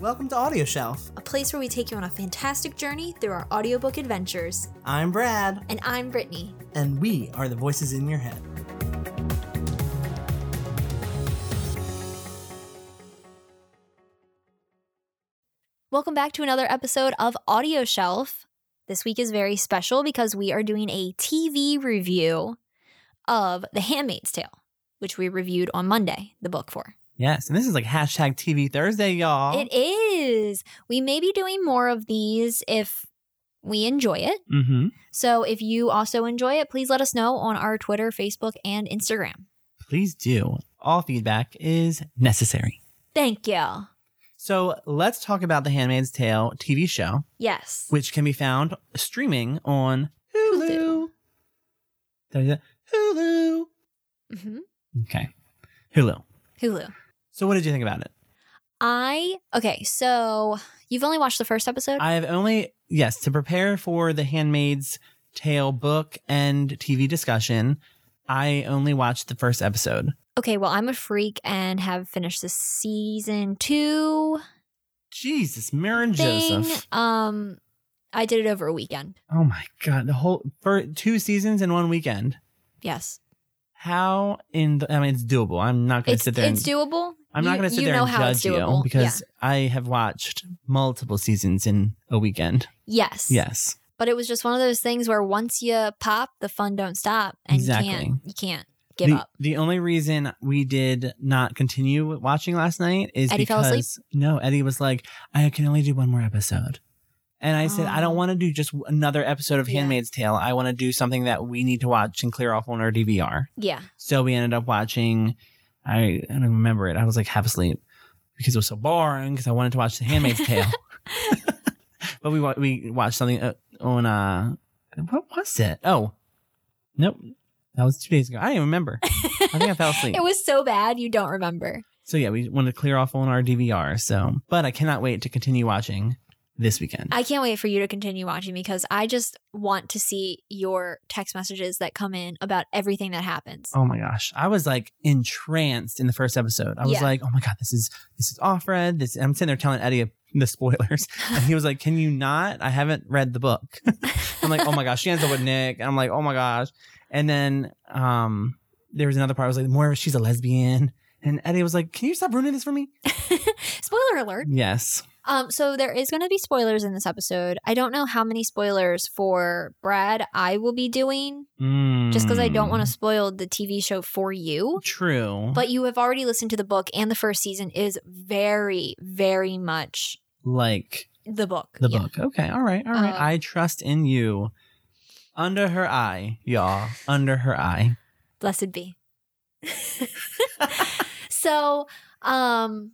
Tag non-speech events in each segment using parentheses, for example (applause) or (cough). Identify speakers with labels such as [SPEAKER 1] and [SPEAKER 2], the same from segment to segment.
[SPEAKER 1] Welcome to Audio Shelf.
[SPEAKER 2] a place where we take you on a fantastic journey through our audiobook adventures.
[SPEAKER 1] I'm Brad,
[SPEAKER 2] And I'm Brittany.
[SPEAKER 1] and we are the voices in your head.
[SPEAKER 2] Welcome back to another episode of Audio Shelf. This week is very special because we are doing a TV review of The Handmaid's Tale, which we reviewed on Monday, the book for.
[SPEAKER 1] Yes, and this is like hashtag TV Thursday, y'all.
[SPEAKER 2] It is. We may be doing more of these if we enjoy it.
[SPEAKER 1] Mm-hmm.
[SPEAKER 2] So if you also enjoy it, please let us know on our Twitter, Facebook, and Instagram.
[SPEAKER 1] Please do. All feedback is necessary.
[SPEAKER 2] Thank you.
[SPEAKER 1] So let's talk about the Handmaid's Tale TV show,
[SPEAKER 2] Yes.
[SPEAKER 1] which can be found streaming on Hulu. Did I do that? Hulu.
[SPEAKER 2] hmm
[SPEAKER 1] Okay. Hulu.
[SPEAKER 2] Hulu.
[SPEAKER 1] So what did you think about it?
[SPEAKER 2] I okay, so you've only watched the first episode.
[SPEAKER 1] I have only yes to prepare for the Handmaid's Tale book and TV discussion. I only watched the first episode.
[SPEAKER 2] okay, well, I'm a freak and have finished the season two
[SPEAKER 1] Jesus, Marin
[SPEAKER 2] thing.
[SPEAKER 1] Joseph.
[SPEAKER 2] Um, I did it over a weekend.
[SPEAKER 1] Oh my god, the whole for two seasons in one weekend.
[SPEAKER 2] Yes,
[SPEAKER 1] How in the? I mean, it's doable. I'm not going to
[SPEAKER 2] it's
[SPEAKER 1] sit there. And,
[SPEAKER 2] it's doable.
[SPEAKER 1] I'm not
[SPEAKER 2] You-
[SPEAKER 1] going to sit
[SPEAKER 2] you
[SPEAKER 1] there
[SPEAKER 2] know
[SPEAKER 1] and
[SPEAKER 2] how it's
[SPEAKER 1] judge you
[SPEAKER 2] doable.
[SPEAKER 1] because I have watched multiple seasons in a weekend.
[SPEAKER 2] yeah. yes,
[SPEAKER 1] Yes,
[SPEAKER 2] But it was just one of those things where once you pop, the fun don't stop, and you
[SPEAKER 1] Exactly.
[SPEAKER 2] can't you can't give
[SPEAKER 1] the,
[SPEAKER 2] up.
[SPEAKER 1] The only reason we did not continue watching last night is
[SPEAKER 2] Eddie fell
[SPEAKER 1] because
[SPEAKER 2] asleep?
[SPEAKER 1] no, Eddie was like, I can only do one more episode. And I said, I
[SPEAKER 2] Oh.
[SPEAKER 1] don't want to do just another episode of
[SPEAKER 2] Yeah.
[SPEAKER 1] Handmaid's Tale. I want to do something that we need to watch and clear off on our DVR.
[SPEAKER 2] Yeah,
[SPEAKER 1] So we ended up watching, I, I don't remember it. I was like half asleep because it was so boring because I wanted to watch The
[SPEAKER 2] (laughs)
[SPEAKER 1] Handmaid's Tale. (laughs) but we wa- we watched something uh, on, uh, what was it? Oh, nope. That was two days ago. I don't even remember.
[SPEAKER 2] (laughs)
[SPEAKER 1] I think I fell asleep.
[SPEAKER 2] it was so bad you don't remember.
[SPEAKER 1] So yeah, we wanted to clear off on our DVR. So, but I cannot wait to continue watching this weekend.
[SPEAKER 2] I can't wait for you to continue watching because I just want to see your text messages that come in about everything that happens.
[SPEAKER 1] oh my gosh, I was like entranced in the first episode. I was
[SPEAKER 2] Yeah.
[SPEAKER 1] like, oh my god, this is this is off red. This I'm sitting there telling Eddie the
[SPEAKER 2] (laughs)
[SPEAKER 1] spoilers, and he was like, can you not? I haven't read the book. (laughs) I'm like, oh my gosh, she ends up with Nick. And I'm like, oh my gosh. And then um, there was another part. I was like, more she's a lesbian. And Eddie was like, "Can you stop ruining this for me?"
[SPEAKER 2] (laughs) Spoiler alert.
[SPEAKER 1] Yes,
[SPEAKER 2] Um, so there is going to be spoilers in this episode. I don't know how many spoilers for Brad I will be doing, just because I don't want to
[SPEAKER 1] Hmm.
[SPEAKER 2] spoil the TV show for you.
[SPEAKER 1] Mm. True,
[SPEAKER 2] But you have already listened to the book, and the first season is very, very much
[SPEAKER 1] like
[SPEAKER 2] the book.
[SPEAKER 1] The
[SPEAKER 2] Yeah.
[SPEAKER 1] book. Okay. All right. All right.
[SPEAKER 2] Um,
[SPEAKER 1] I trust in you. Under her eye, y'all. Under her eye.
[SPEAKER 2] Blessed be. so, um,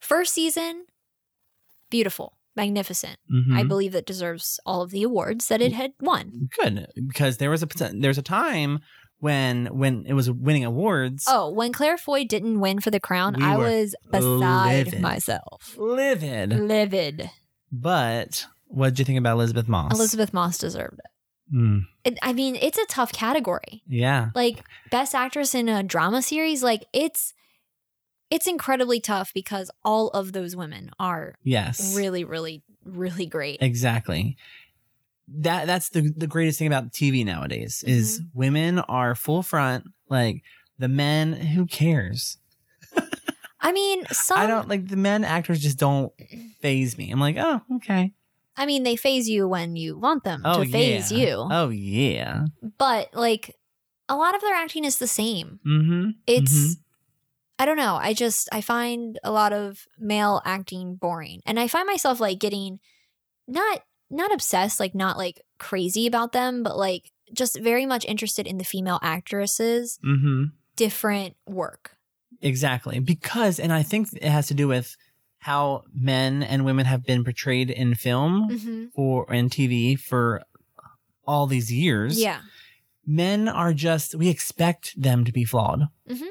[SPEAKER 2] first season, beautiful, magnificent.
[SPEAKER 1] Mhm.
[SPEAKER 2] I believe that deserves all of the awards that it had won.
[SPEAKER 1] Good, because there was a poten- there was a time when when it was winning awards.
[SPEAKER 2] Oh, when Claire Foy didn't win for the crown,
[SPEAKER 1] We
[SPEAKER 2] I
[SPEAKER 1] were
[SPEAKER 2] was beside
[SPEAKER 1] livid.
[SPEAKER 2] myself. Mm.
[SPEAKER 1] Livid.
[SPEAKER 2] Livid.
[SPEAKER 1] But what did you think about Elizabeth Moss?
[SPEAKER 2] Elizabeth Moss deserved it.
[SPEAKER 1] Mm,
[SPEAKER 2] it. I mean, it's a tough category.
[SPEAKER 1] yeah.
[SPEAKER 2] Like best actress in a drama series, like it's it's incredibly tough because all of those women are
[SPEAKER 1] Yes.
[SPEAKER 2] really really really great.
[SPEAKER 1] Exactly. That that's the the greatest thing about TV nowadays is
[SPEAKER 2] Mm-hmm.
[SPEAKER 1] women are full front. Like the men, who cares?
[SPEAKER 2] I mean, some Mm.
[SPEAKER 1] I don't like the men actors just don't phase me. I'm like, oh, okay.
[SPEAKER 2] I mean, they phase you when you want them
[SPEAKER 1] Oh,
[SPEAKER 2] to phase
[SPEAKER 1] yeah.
[SPEAKER 2] you.
[SPEAKER 1] Oh yeah.
[SPEAKER 2] But like a lot of their acting is the same.
[SPEAKER 1] Mm-hmm.
[SPEAKER 2] It's I don't know. I just I find a lot of male acting boring. And I find myself like getting not not obsessed, like not like crazy about them, but like just very much interested in the female actresses'
[SPEAKER 1] Mm-hmm.
[SPEAKER 2] different work.
[SPEAKER 1] Exactly. Because and I think it has to do with how men and women have been portrayed in film
[SPEAKER 2] Mm-hmm.
[SPEAKER 1] or in TV for all these years.
[SPEAKER 2] Yeah.
[SPEAKER 1] Men are just we expect them to be flawed.
[SPEAKER 2] Mhm.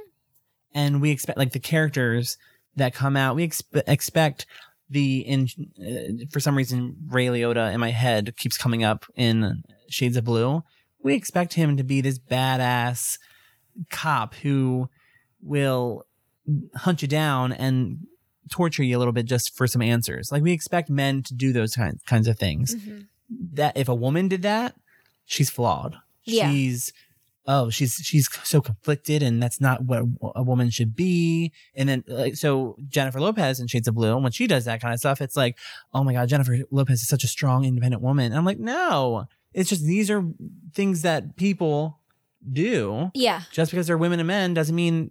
[SPEAKER 1] And we expect like the characters that come out, we expe- expect the in uh, for some reason Ray Liotta in my head keeps coming up in Shades of Blue. We expect him to be this badass cop who will hunt you down and torture you a little bit just for some answers. Like we expect men to do those kinds kinds of things.
[SPEAKER 2] Mhm.
[SPEAKER 1] That if a woman did that, she's flawed.
[SPEAKER 2] Yeah.
[SPEAKER 1] She's oh, she's she's so conflicted and that's not what a woman should be. And then like so Jennifer Lopez in Shades of Blue, when she does that kind of stuff, it's like, "Oh my god, Jennifer Lopez is such a strong independent woman." And I'm like, "No. It's just these are things that people do
[SPEAKER 2] Yeah.
[SPEAKER 1] just because they're women and men doesn't mean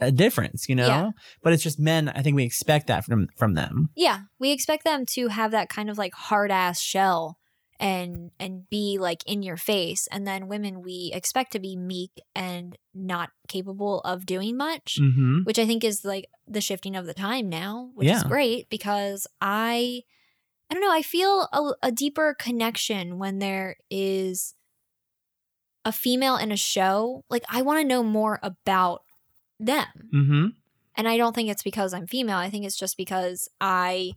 [SPEAKER 1] a difference, you know.
[SPEAKER 2] Yeah.
[SPEAKER 1] But it's just men. I think we expect that from from them.
[SPEAKER 2] Yeah. We expect them to have that kind of like hard ass shell and and be like in your face. And then women we expect to be meek and not capable of doing much.
[SPEAKER 1] Mm-hmm.
[SPEAKER 2] which I think is like the shifting of the time now, which is
[SPEAKER 1] Yeah.
[SPEAKER 2] great because I, I don't know, I feel a, a deeper connection when there is a female in a show. Like I want to know more about them,
[SPEAKER 1] Mm-hmm.
[SPEAKER 2] and I don't think it's because I'm female. I think it's just because I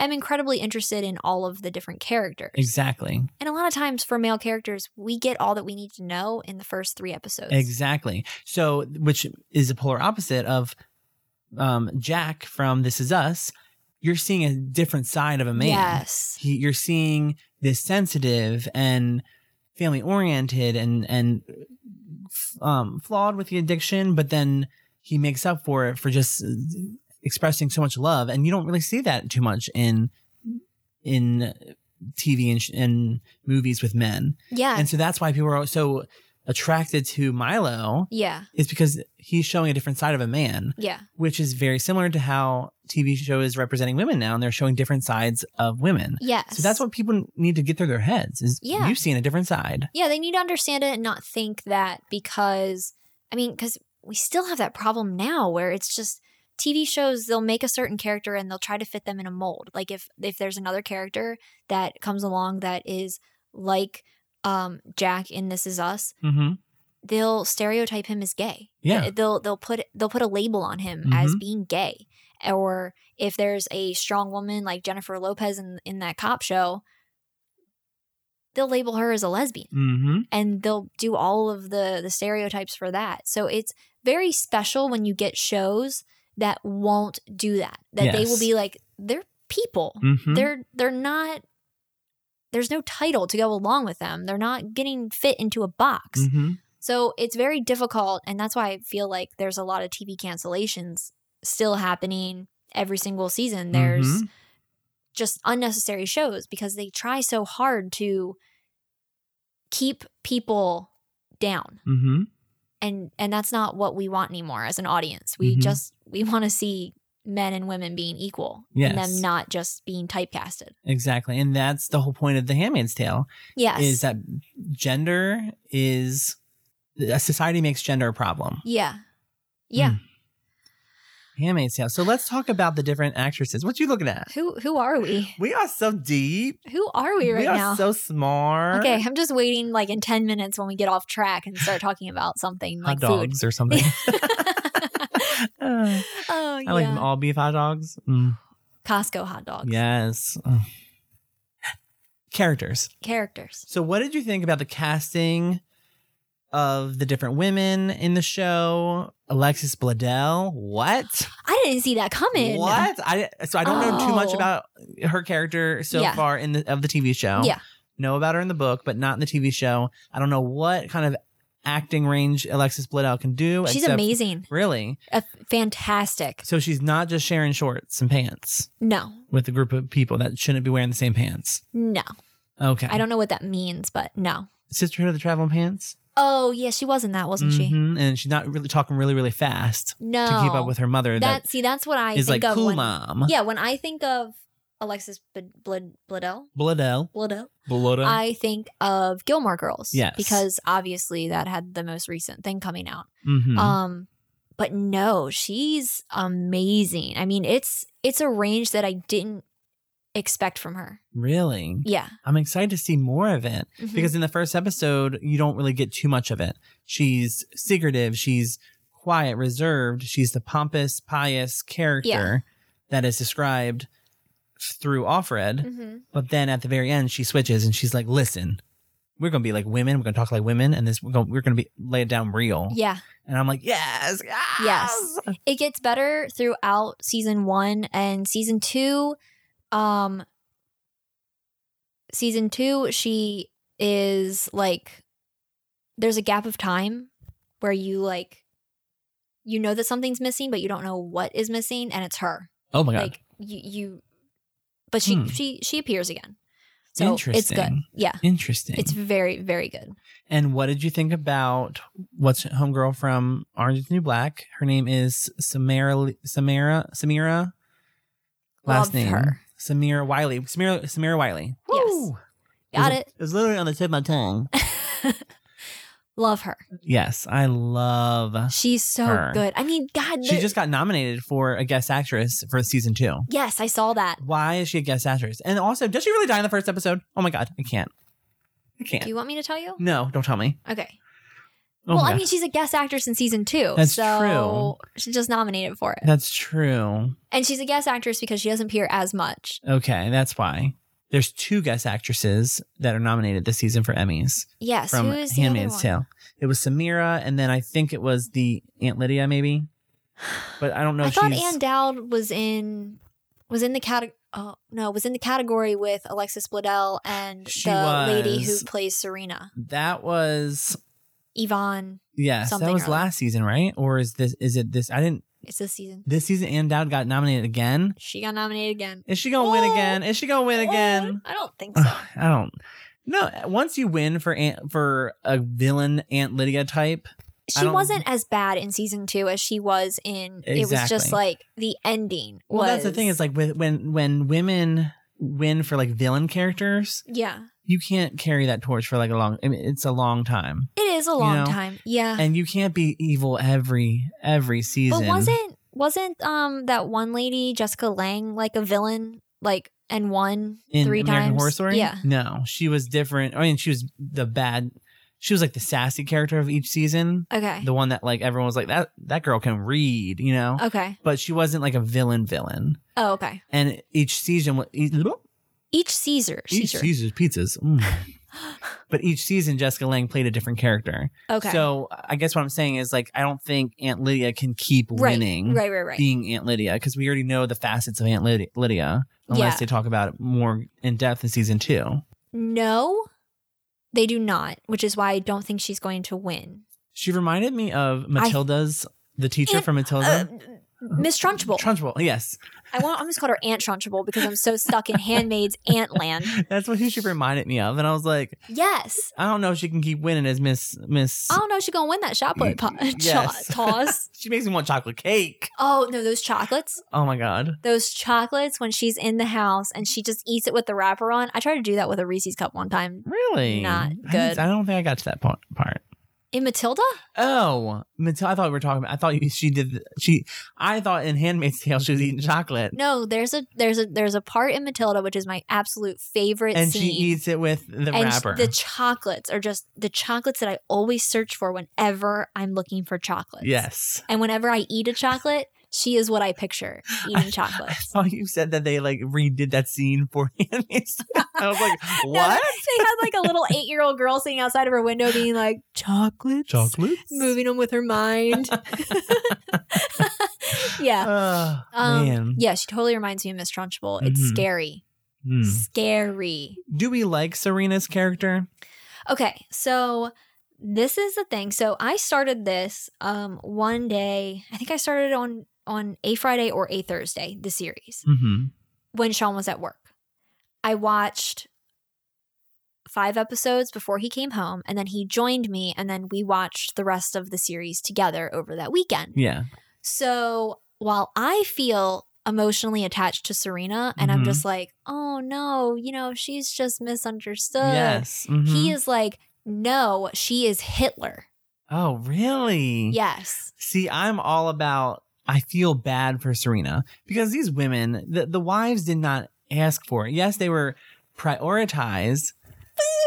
[SPEAKER 2] am incredibly interested in all of the different characters.
[SPEAKER 1] Exactly.
[SPEAKER 2] And a lot of times for male characters, we get all that we need to know in the first three episodes.
[SPEAKER 1] Exactly. So, which is the polar opposite of um, Jack from This Is Us. You're seeing a different side of a man.
[SPEAKER 2] Yes.
[SPEAKER 1] He, you're seeing this sensitive and family oriented and and um, flawed with the addiction, but then he makes up for it for just expressing so much love, and you don't really see that too much in in TV and, sh- and movies with men,
[SPEAKER 2] Yeah.
[SPEAKER 1] and so that's why people are so attracted to Milo
[SPEAKER 2] yeah.
[SPEAKER 1] is because he's showing a different side of a man
[SPEAKER 2] Yeah.
[SPEAKER 1] which is very similar to how TV show is representing women now, and they're showing different sides of women.
[SPEAKER 2] Yes.
[SPEAKER 1] So that's what people need to get through their heads is
[SPEAKER 2] Yeah.
[SPEAKER 1] you've seen a different side.
[SPEAKER 2] Yeah, they need to understand it and not think that because, I mean, because we still have that problem now where it's just TV shows, they'll make a certain character and they'll try to fit them in a mold. Like if, if there's another character that comes along that is like um, Jack in This Is Us,
[SPEAKER 1] Mm-hmm.
[SPEAKER 2] they'll stereotype him as gay.
[SPEAKER 1] Yeah.
[SPEAKER 2] They'll, they'll put, they'll put a label on him as
[SPEAKER 1] Mhm.
[SPEAKER 2] being gay. Or if there's a strong woman like Jennifer Lopez in, in that cop show, they'll label her as a lesbian
[SPEAKER 1] Mm-hmm.
[SPEAKER 2] and they'll do all of the the stereotypes for that. So it's very special when you get shows that won't do that. That they will
[SPEAKER 1] Yes.
[SPEAKER 2] be like they're people.
[SPEAKER 1] Mm-hmm.
[SPEAKER 2] They're they're not there's no title to go along with them. They're not getting fit into a box.
[SPEAKER 1] Mm-hmm.
[SPEAKER 2] So it's very difficult and that's why I feel like there's a lot of TV cancellations still happening every single season. There's
[SPEAKER 1] Mhm.
[SPEAKER 2] just unnecessary shows because they try so hard to keep people down
[SPEAKER 1] Mm-hmm.
[SPEAKER 2] and and that's not what we want anymore as an audience we
[SPEAKER 1] Mhm.
[SPEAKER 2] just we want to see men and women being equal and them
[SPEAKER 1] Yes.
[SPEAKER 2] not just being typecasted
[SPEAKER 1] Exactly. And that's the whole point of The Handmaid's Tale
[SPEAKER 2] yes
[SPEAKER 1] is that gender is a society makes gender a problem.
[SPEAKER 2] yeah yeah
[SPEAKER 1] Handmaid's Tale. So let's talk about the different actresses. What you looking at?
[SPEAKER 2] who who are we
[SPEAKER 1] We are so deep.
[SPEAKER 2] who are we right
[SPEAKER 1] are
[SPEAKER 2] now
[SPEAKER 1] so smart.
[SPEAKER 2] okay i'm just waiting like in 10 minutes when we get off track and start talking about something
[SPEAKER 1] Hot
[SPEAKER 2] like food
[SPEAKER 1] dogs or something.
[SPEAKER 2] (laughs)
[SPEAKER 1] Uh.
[SPEAKER 2] oh yeah
[SPEAKER 1] I like them all beef hot dogs. Mm,
[SPEAKER 2] costco hot dogs
[SPEAKER 1] yes. (sighs) Mm. Characters.
[SPEAKER 2] characters
[SPEAKER 1] So, what did you think about the casting of the different women in the show? Alexis Bledel. What?
[SPEAKER 2] i didn't see that coming
[SPEAKER 1] What? I so I don't know too much
[SPEAKER 2] Oh.
[SPEAKER 1] about her character so
[SPEAKER 2] Yeah.
[SPEAKER 1] far in the of the TV show.
[SPEAKER 2] Yeah.
[SPEAKER 1] Know about her in the book, but not in the TV show. I don't know what kind of acting range Alexis Bledel can do.
[SPEAKER 2] She's
[SPEAKER 1] except-
[SPEAKER 2] amazing.
[SPEAKER 1] Really?
[SPEAKER 2] A fantastic.
[SPEAKER 1] So she's not just sharing shorts and pants.
[SPEAKER 2] No,
[SPEAKER 1] with a group of people that shouldn't be wearing the same pants.
[SPEAKER 2] no.
[SPEAKER 1] Okay.
[SPEAKER 2] I don't know what that means, but no.
[SPEAKER 1] Sisterhood of the Traveling Pants.
[SPEAKER 2] Oh, yeah, she was in that, wasn't she?
[SPEAKER 1] Mhm. And she's not really talking really, really fast
[SPEAKER 2] No.
[SPEAKER 1] to keep up with her mother.
[SPEAKER 2] that,
[SPEAKER 1] That
[SPEAKER 2] See, that's what I
[SPEAKER 1] is
[SPEAKER 2] think
[SPEAKER 1] like
[SPEAKER 2] of.
[SPEAKER 1] cool
[SPEAKER 2] when,
[SPEAKER 1] mom.
[SPEAKER 2] Yeah, when I think of Alexis Bled, Bled, Bledel,
[SPEAKER 1] Bledel.
[SPEAKER 2] Bledel,
[SPEAKER 1] Bledel.
[SPEAKER 2] I think of Gilmore Girls.
[SPEAKER 1] Yes.
[SPEAKER 2] Because obviously that had the most recent thing coming out.
[SPEAKER 1] Mhm.
[SPEAKER 2] Um, but no, she's amazing. I mean, it's it's a range that I didn't expect from her.
[SPEAKER 1] really?
[SPEAKER 2] Yeah.
[SPEAKER 1] I'm excited to see more of it
[SPEAKER 2] Mhm.
[SPEAKER 1] because in the first episode, you don't really get too much of it. She's secretive. She's quiet, reserved. She's the pompous, pious character that is described through Offred.
[SPEAKER 2] Mhm.
[SPEAKER 1] But then at the very end, she switches and she's like, listen, we're gonna be like women. We're gonna talk like women, and this we're gonna, we're gonna be lay it down real.
[SPEAKER 2] Yeah.
[SPEAKER 1] And I'm like, yes, yes.
[SPEAKER 2] It gets better throughout season one and season two. Um, season two, she is like, there's a gap of time where you like, you know that something's missing, but you don't know what is missing, and it's her.
[SPEAKER 1] Oh my god,
[SPEAKER 2] Like you, you, but she
[SPEAKER 1] Hmm.
[SPEAKER 2] she she appears again. So it's good.
[SPEAKER 1] Interesting.
[SPEAKER 2] Yeah,
[SPEAKER 1] interesting.
[SPEAKER 2] it's very very good.
[SPEAKER 1] and what did you think about what's homegirl from Orange Is the New Black? Her name is Samara Samara Samira. Last
[SPEAKER 2] Loved
[SPEAKER 1] name
[SPEAKER 2] her.
[SPEAKER 1] Samira Wiley. Samira Samira Wiley.
[SPEAKER 2] Yes.
[SPEAKER 1] Woo!
[SPEAKER 2] Got
[SPEAKER 1] was-
[SPEAKER 2] it. (laughs)
[SPEAKER 1] It was literally on the tip of my tongue.
[SPEAKER 2] Love her.
[SPEAKER 1] (laughs) yes, I love.
[SPEAKER 2] She's so
[SPEAKER 1] Her.
[SPEAKER 2] good. I mean, God,
[SPEAKER 1] She
[SPEAKER 2] the-
[SPEAKER 1] just got nominated for a guest actress for season two.
[SPEAKER 2] yes, I saw that.
[SPEAKER 1] Why is she a guest actress? And also, does she really die in the first episode? Oh my god, I can't. I can't.
[SPEAKER 2] Do you want me to tell you?
[SPEAKER 1] no, don't tell me.
[SPEAKER 2] Okay.
[SPEAKER 1] Oh
[SPEAKER 2] well,
[SPEAKER 1] my
[SPEAKER 2] I
[SPEAKER 1] God.
[SPEAKER 2] mean, she's a guest actress in season two.
[SPEAKER 1] That's
[SPEAKER 2] so She's just nominated for it.
[SPEAKER 1] that's true.
[SPEAKER 2] And she's a guest actress because she doesn't appear as much.
[SPEAKER 1] Okay, that's why. There's two guest actresses that are nominated this season for Emmys
[SPEAKER 2] Yes.
[SPEAKER 1] from
[SPEAKER 2] who is the
[SPEAKER 1] Handmaid's
[SPEAKER 2] other one?
[SPEAKER 1] Tale. It was Samira, and then I think it was the Aunt Lydia,
[SPEAKER 2] (sighs)
[SPEAKER 1] maybe. But I don't know.
[SPEAKER 2] I
[SPEAKER 1] if
[SPEAKER 2] thought
[SPEAKER 1] she's,
[SPEAKER 2] Anne Dowd was in was in the category. Oh no, was in the category with Alexis Bledel and
[SPEAKER 1] She
[SPEAKER 2] the lady who
[SPEAKER 1] was.
[SPEAKER 2] plays Serena,
[SPEAKER 1] that was
[SPEAKER 2] Yvonne.
[SPEAKER 1] yes,
[SPEAKER 2] Something
[SPEAKER 1] that
[SPEAKER 2] or
[SPEAKER 1] was
[SPEAKER 2] other.
[SPEAKER 1] last season, right? Or is this? Is it this? I didn't.
[SPEAKER 2] It's this season.
[SPEAKER 1] This season, Anne Dowd got nominated again.
[SPEAKER 2] She got nominated again.
[SPEAKER 1] Is she gonna win
[SPEAKER 2] Oh.
[SPEAKER 1] again? Is she gonna win again?
[SPEAKER 2] Oh, I don't think so.
[SPEAKER 1] Ugh, I don't. No, once you win for Aunt, for a villain Aunt Lydia type, I
[SPEAKER 2] she
[SPEAKER 1] don't-
[SPEAKER 2] wasn't as bad in season two as she was in. It was just
[SPEAKER 1] Exactly.
[SPEAKER 2] like the ending.
[SPEAKER 1] well, that's the thing
[SPEAKER 2] was-
[SPEAKER 1] is like with, when when women win for like villain characters,
[SPEAKER 2] yeah,
[SPEAKER 1] you can't carry that torch for like a long. I mean, it's a long time,
[SPEAKER 2] it is a long
[SPEAKER 1] know?
[SPEAKER 2] time. Yeah,
[SPEAKER 1] and you can't be evil every every season.
[SPEAKER 2] but wasn't wasn't um that one lady Jessica Lang like a villain like and won
[SPEAKER 1] in
[SPEAKER 2] three
[SPEAKER 1] American
[SPEAKER 2] times?
[SPEAKER 1] Horror Story?
[SPEAKER 2] Yeah,
[SPEAKER 1] no, she was different. I mean, she was the bad. She was like the sassy character of each season,
[SPEAKER 2] okay, Oh.
[SPEAKER 1] the one that like everyone was like that that girl can read, you know.
[SPEAKER 2] okay,
[SPEAKER 1] But she wasn't like a villain villain.
[SPEAKER 2] oh okay.
[SPEAKER 1] and each season wa- e, each,
[SPEAKER 2] Each Caesar,
[SPEAKER 1] each
[SPEAKER 2] Caesar.
[SPEAKER 1] season pizzas mm.
[SPEAKER 2] (gasps)
[SPEAKER 1] but each season jessica lang played a different character
[SPEAKER 2] okay,
[SPEAKER 1] so i guess what i'm saying is like i don't think aunt lydia can keep
[SPEAKER 2] right,
[SPEAKER 1] winning
[SPEAKER 2] right, right, right.
[SPEAKER 1] being aunt lydia because we already know the facets of aunt lydia, lydia unless
[SPEAKER 2] Yeah.
[SPEAKER 1] they talk about it more in depth in season two
[SPEAKER 2] no, they do not, which is why I don't think she's going to win.
[SPEAKER 1] she reminded me of matilda's the teacher
[SPEAKER 2] Aunt-
[SPEAKER 1] from
[SPEAKER 2] Uh,
[SPEAKER 1] matilda
[SPEAKER 2] Miss Trunchbull.
[SPEAKER 1] Trunchbull,
[SPEAKER 2] (laughs)
[SPEAKER 1] yes
[SPEAKER 2] I want. I almost called her Aunt Trunchbull because I'm so stuck in Handmaid's Aunt Land.
[SPEAKER 1] that's what she reminded me of and i was like
[SPEAKER 2] Yes.
[SPEAKER 1] i don't know if she can keep winning as miss miss
[SPEAKER 2] I don't know if she's gonna win that shot put po-
[SPEAKER 1] Mm, Yes. (laughs)
[SPEAKER 2] cho- toss.
[SPEAKER 1] she makes me want chocolate cake
[SPEAKER 2] Oh no, those chocolates,
[SPEAKER 1] oh my god
[SPEAKER 2] those chocolates when she's in the house and she just eats it with the wrapper on. I tried to do that with a Reese's cup one time
[SPEAKER 1] Really?
[SPEAKER 2] Not
[SPEAKER 1] I didn't-
[SPEAKER 2] good.
[SPEAKER 1] I, don't think I got to that part. part.
[SPEAKER 2] in Matilda.
[SPEAKER 1] Oh, Matilda, I thought we were talking about. I thought you, she did. the- She. I thought in Handmaid's Tale she was eating chocolate,
[SPEAKER 2] No, there's a there's a there's a part in Matilda which is my absolute favorite
[SPEAKER 1] and
[SPEAKER 2] scene.
[SPEAKER 1] she eats it with the
[SPEAKER 2] and sh-
[SPEAKER 1] wrapper.
[SPEAKER 2] the chocolates are just the chocolates that I always search for whenever I'm looking for chocolates.
[SPEAKER 1] yes.
[SPEAKER 2] And whenever I eat a chocolate, she is what I picture eating
[SPEAKER 1] I
[SPEAKER 2] chocolates.
[SPEAKER 1] thought Oh, you said that they like redid that scene for (laughs) Handmaid's Tale. I was like,
[SPEAKER 2] (laughs)
[SPEAKER 1] (laughs)
[SPEAKER 2] No,
[SPEAKER 1] what?
[SPEAKER 2] they had like a little eight year old girl sitting outside of her window being like, chocolates?
[SPEAKER 1] Chocolates.
[SPEAKER 2] Moving them with
[SPEAKER 1] (laughs)
[SPEAKER 2] her mind. (laughs) yeah.
[SPEAKER 1] Oh,
[SPEAKER 2] Um,
[SPEAKER 1] man.
[SPEAKER 2] Yeah, she totally reminds me of Miss Trunchbull. It's
[SPEAKER 1] Mhm.
[SPEAKER 2] scary.
[SPEAKER 1] Hmm.
[SPEAKER 2] Scary.
[SPEAKER 1] Do we like Serena's character?
[SPEAKER 2] Okay, so this is the thing. So I started this um one day, I think I started it on on a Friday or a Thursday, the series.
[SPEAKER 1] Mm-hmm.
[SPEAKER 2] when Sean was at work. I watched five episodes before he came home, and then he joined me, and then we watched the rest of the series together over that weekend.
[SPEAKER 1] Yeah.
[SPEAKER 2] So while I feel emotionally attached to Serena, and I'm
[SPEAKER 1] Mhm.
[SPEAKER 2] just like, oh no, you know, she's just misunderstood.
[SPEAKER 1] yes.
[SPEAKER 2] Uh, He
[SPEAKER 1] mhm.
[SPEAKER 2] is like, no, she is Hitler.
[SPEAKER 1] Oh, really?
[SPEAKER 2] Yes.
[SPEAKER 1] See, I'm all about. I feel bad for Serena because these women, the, the wives did not ask for it. Yes, they were prioritized.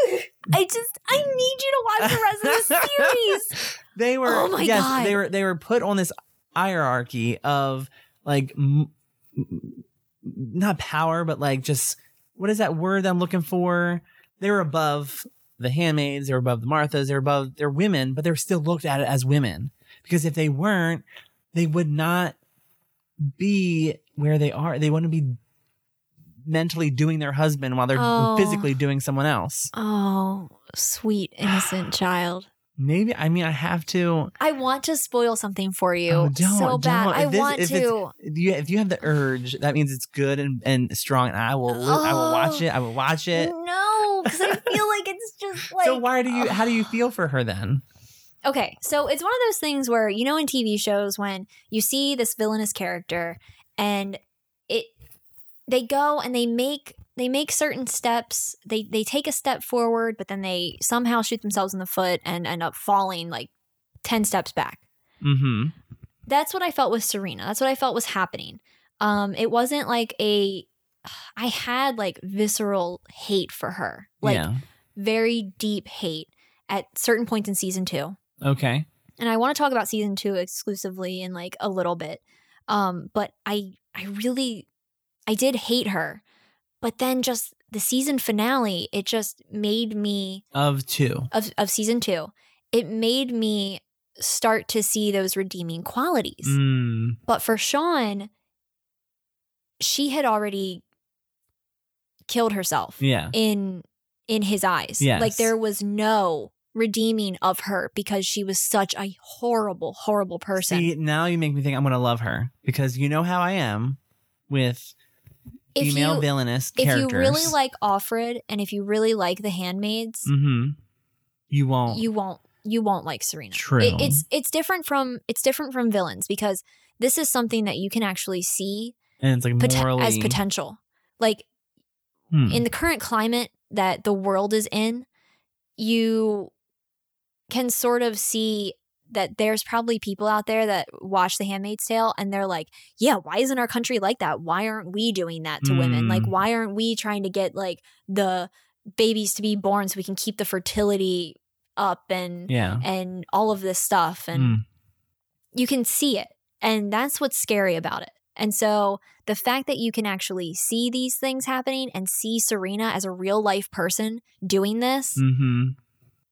[SPEAKER 1] Mm.
[SPEAKER 2] I just, I need you to watch the
[SPEAKER 1] (laughs)
[SPEAKER 2] rest of the series.
[SPEAKER 1] They were.
[SPEAKER 2] Oh my
[SPEAKER 1] yes,
[SPEAKER 2] God.
[SPEAKER 1] they were. They were put on this hierarchy of like, m- m- not power, but like just what is that word I'm looking for? They were above the handmaids, they were above the Marthas, they're above they're women, but they're still looked at as women. Because if they weren't, they would not be where they are. They wouldn't be mentally doing their husband while they're
[SPEAKER 2] Oh.
[SPEAKER 1] physically doing someone else.
[SPEAKER 2] Oh, sweet innocent child.
[SPEAKER 1] Maybe I mean I have to
[SPEAKER 2] I want to spoil something for you
[SPEAKER 1] Oh, don't,
[SPEAKER 2] so bad.
[SPEAKER 1] don't.
[SPEAKER 2] I
[SPEAKER 1] If this-
[SPEAKER 2] want
[SPEAKER 1] if it's-
[SPEAKER 2] to.
[SPEAKER 1] if you, if you have the urge, that means it's good and, and strong and I will li- I
[SPEAKER 2] Oh.
[SPEAKER 1] will watch it. I will watch it.
[SPEAKER 2] No, because I feel like
[SPEAKER 1] (laughs)
[SPEAKER 2] it's just like.
[SPEAKER 1] so why do you how do you feel for her then?
[SPEAKER 2] Okay, so it's one of those things where you know in TV shows when you see this villainous character and it they go and they make they make certain steps, they they take a step forward, but then they somehow shoot themselves in the foot and end up falling like 10 steps back.
[SPEAKER 1] Mm-hmm.
[SPEAKER 2] That's what I felt with Serena. That's what I felt was happening. Um it wasn't like a I had like visceral hate for her. Like
[SPEAKER 1] yeah.
[SPEAKER 2] very deep hate at certain points in season 2
[SPEAKER 1] Okay.
[SPEAKER 2] and I want to talk about season two exclusively in like a little bit. Um, but I I really I did hate her, but then just the season finale, it just made me
[SPEAKER 1] Of two.
[SPEAKER 2] of of season two, it made me start to see those redeeming qualities.
[SPEAKER 1] Mm.
[SPEAKER 2] But for Sean, she had already killed herself
[SPEAKER 1] Yeah.
[SPEAKER 2] in in his eyes.
[SPEAKER 1] Yes.
[SPEAKER 2] Like there was no redeeming of her because she was such a horrible, horrible person.
[SPEAKER 1] See, now you make me think I'm gonna love her because you know how I am with
[SPEAKER 2] if
[SPEAKER 1] female
[SPEAKER 2] you
[SPEAKER 1] villainous
[SPEAKER 2] if
[SPEAKER 1] characters.
[SPEAKER 2] you really like Offred and if you really like the handmaids,
[SPEAKER 1] mm-hmm. you won't.
[SPEAKER 2] you won't you won't like Serena.
[SPEAKER 1] True.
[SPEAKER 2] It- it's it's different from it's different from villains because this is something that you can actually see
[SPEAKER 1] and it's like
[SPEAKER 2] pot-
[SPEAKER 1] morally
[SPEAKER 2] as potential. Like
[SPEAKER 1] Hmm.
[SPEAKER 2] in the current climate that the world is in, you can sort of see that there's probably people out there that watch The Handmaid's Tale and they're like, yeah, why isn't our country like that? Why aren't we doing that to women?
[SPEAKER 1] Mm.
[SPEAKER 2] Like, why aren't we trying to get like the babies to be born so we can keep the fertility up and
[SPEAKER 1] yeah.
[SPEAKER 2] and all of this stuff and
[SPEAKER 1] Mm.
[SPEAKER 2] you can see it. And that's what's scary about it. And so the fact that you can actually see these things happening and see Serena as a real life person doing this,
[SPEAKER 1] Mm-hmm.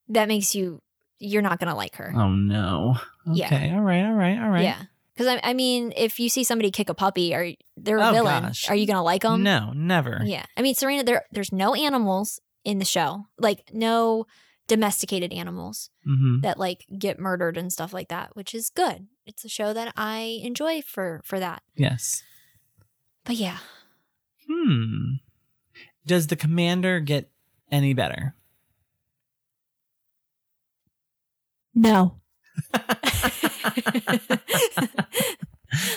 [SPEAKER 2] that makes you, you're not going to like her.
[SPEAKER 1] Oh no.
[SPEAKER 2] Yeah.
[SPEAKER 1] Okay. All right. All right. All right.
[SPEAKER 2] Yeah. Because I, I mean, if you see somebody kick a puppy or they're a
[SPEAKER 1] Oh,
[SPEAKER 2] villain,
[SPEAKER 1] gosh.
[SPEAKER 2] are you going to like them?
[SPEAKER 1] no. Never.
[SPEAKER 2] Yeah. I mean, Serena, there, there's no animals in the show, like no domesticated animals
[SPEAKER 1] Mm-hmm.
[SPEAKER 2] that like get murdered and stuff like that, which is good. It's a show that I enjoy for for that.
[SPEAKER 1] Yes.
[SPEAKER 2] But yeah,
[SPEAKER 1] Hmm. Does the commander get any better?
[SPEAKER 2] No. (laughs) Let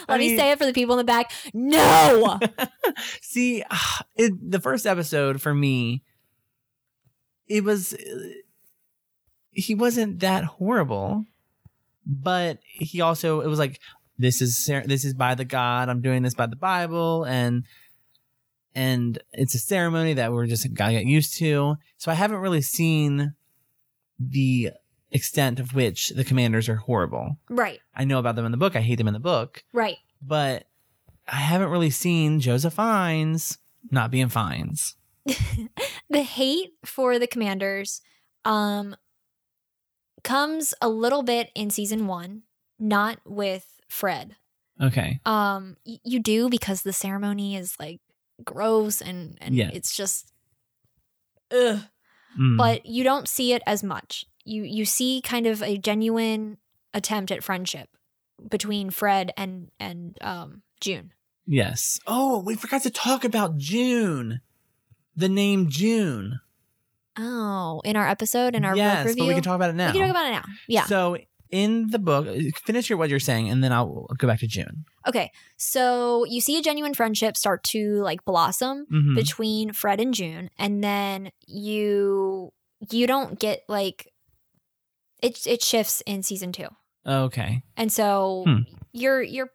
[SPEAKER 1] I
[SPEAKER 2] me
[SPEAKER 1] mean-
[SPEAKER 2] say it for the people in the back. No.
[SPEAKER 1] (laughs) See, ah, it, the first episode for me, it was uh, he wasn't that horrible, but he also it was like this is cer- this is by the God. I'm doing this by the Bible, and and it's a ceremony that we're just gotta get used to. So I haven't really seen the extent of which the commanders are horrible.
[SPEAKER 2] (laughs) right.
[SPEAKER 1] I know about them in the book. I hate them in the book
[SPEAKER 2] Right. (laughs)
[SPEAKER 1] but I haven't really seen Joseph Fiennes not being Fiennes.
[SPEAKER 2] The hate for the commanders um comes a little bit in season 1, not with Fred.
[SPEAKER 1] Okay.
[SPEAKER 2] Um y- you do because the ceremony is like gross and and
[SPEAKER 1] Yeah.
[SPEAKER 2] it's just ugh.
[SPEAKER 1] Mm.
[SPEAKER 2] but you don't see it as much. You you see kind of a genuine attempt at friendship between Fred and and um, June.
[SPEAKER 1] yes. Oh, we forgot to talk about June. The name June.
[SPEAKER 2] Oh, in our episode in our book
[SPEAKER 1] yes,
[SPEAKER 2] review,
[SPEAKER 1] but we can talk about it now.
[SPEAKER 2] We can talk about it now. Yeah.
[SPEAKER 1] So in the book, finish your what you're saying, and then I'll go back to June.
[SPEAKER 2] okay. So you see a genuine friendship start to like blossom
[SPEAKER 1] Mhm.
[SPEAKER 2] between Fred and June, and then you you don't get like it. It shifts in season two.
[SPEAKER 1] okay.
[SPEAKER 2] And so
[SPEAKER 1] Hmm.
[SPEAKER 2] you're you're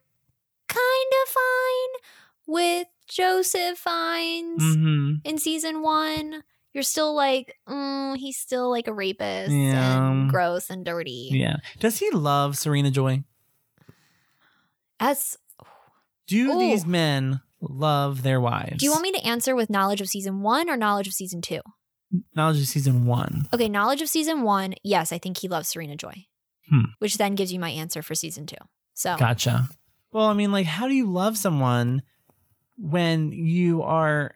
[SPEAKER 2] kind of fine with Joseph Fines
[SPEAKER 1] hmm
[SPEAKER 2] in season one. You're still like, mm, he's still like a rapist
[SPEAKER 1] Yeah. um,
[SPEAKER 2] and gross and dirty.
[SPEAKER 1] Yeah. Does he love Serena Joy?
[SPEAKER 2] That's.
[SPEAKER 1] Do
[SPEAKER 2] Ooh.
[SPEAKER 1] these men love their wives?
[SPEAKER 2] Do you want me to answer with knowledge of season one or knowledge of season two?
[SPEAKER 1] Knowledge of season one.
[SPEAKER 2] Okay, knowledge of season one. Yes, I think he loves Serena Joy,
[SPEAKER 1] Hmm.
[SPEAKER 2] which then gives you my answer for season two. So
[SPEAKER 1] Gotcha. Well, I mean, like, how do you love someone when you are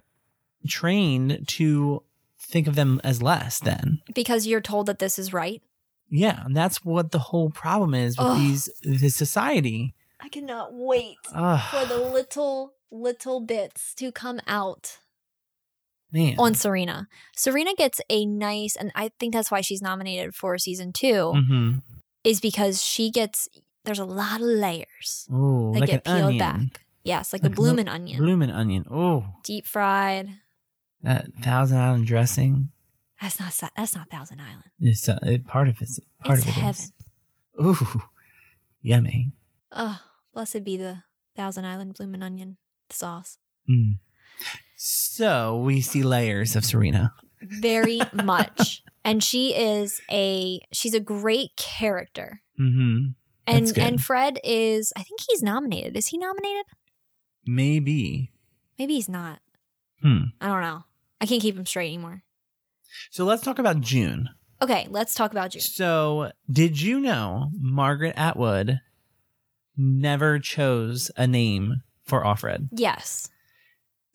[SPEAKER 1] trained to think of them as less than?
[SPEAKER 2] because you're told that this is right,
[SPEAKER 1] Yeah, and that's what the whole problem is with
[SPEAKER 2] Ugh.
[SPEAKER 1] these this society.
[SPEAKER 2] I cannot wait
[SPEAKER 1] Uh,
[SPEAKER 2] for
[SPEAKER 1] Ugh,
[SPEAKER 2] the little little bits to come out
[SPEAKER 1] man.
[SPEAKER 2] on Serena. Serena gets a nice, and I think that's why she's nominated for season 2
[SPEAKER 1] Mhm.
[SPEAKER 2] is because she gets. There's a lot of layers
[SPEAKER 1] Ooh,
[SPEAKER 2] that
[SPEAKER 1] like
[SPEAKER 2] get
[SPEAKER 1] an
[SPEAKER 2] peeled
[SPEAKER 1] onion.
[SPEAKER 2] back. Yes, like,
[SPEAKER 1] Like
[SPEAKER 2] a
[SPEAKER 1] a
[SPEAKER 2] bloomin' onion,
[SPEAKER 1] Bloomin' onion. Oh,
[SPEAKER 2] deep fried.
[SPEAKER 1] that Thousand Island dressing.
[SPEAKER 2] That's not sa- that's not Thousand Island.
[SPEAKER 1] It's uh, it, part of it's part
[SPEAKER 2] It's
[SPEAKER 1] of it is.
[SPEAKER 2] heaven.
[SPEAKER 1] Ooh, yummy.
[SPEAKER 2] Oh, blessed be the Thousand Island bloomin' onion sauce.
[SPEAKER 1] Mm. So we see layers of Serena. (laughs)
[SPEAKER 2] Very much. And she is a she's a great character.
[SPEAKER 1] Mm-hmm. That's
[SPEAKER 2] And
[SPEAKER 1] good.
[SPEAKER 2] and Fred is I think he's nominated. Is he nominated?
[SPEAKER 1] Maybe.
[SPEAKER 2] Maybe he's not.
[SPEAKER 1] Hmm.
[SPEAKER 2] I don't know. I can't keep him straight anymore.
[SPEAKER 1] So let's talk about June.
[SPEAKER 2] Okay, let's talk about June.
[SPEAKER 1] So did you know Margaret Atwood never chose a name for Offred?
[SPEAKER 2] Yes.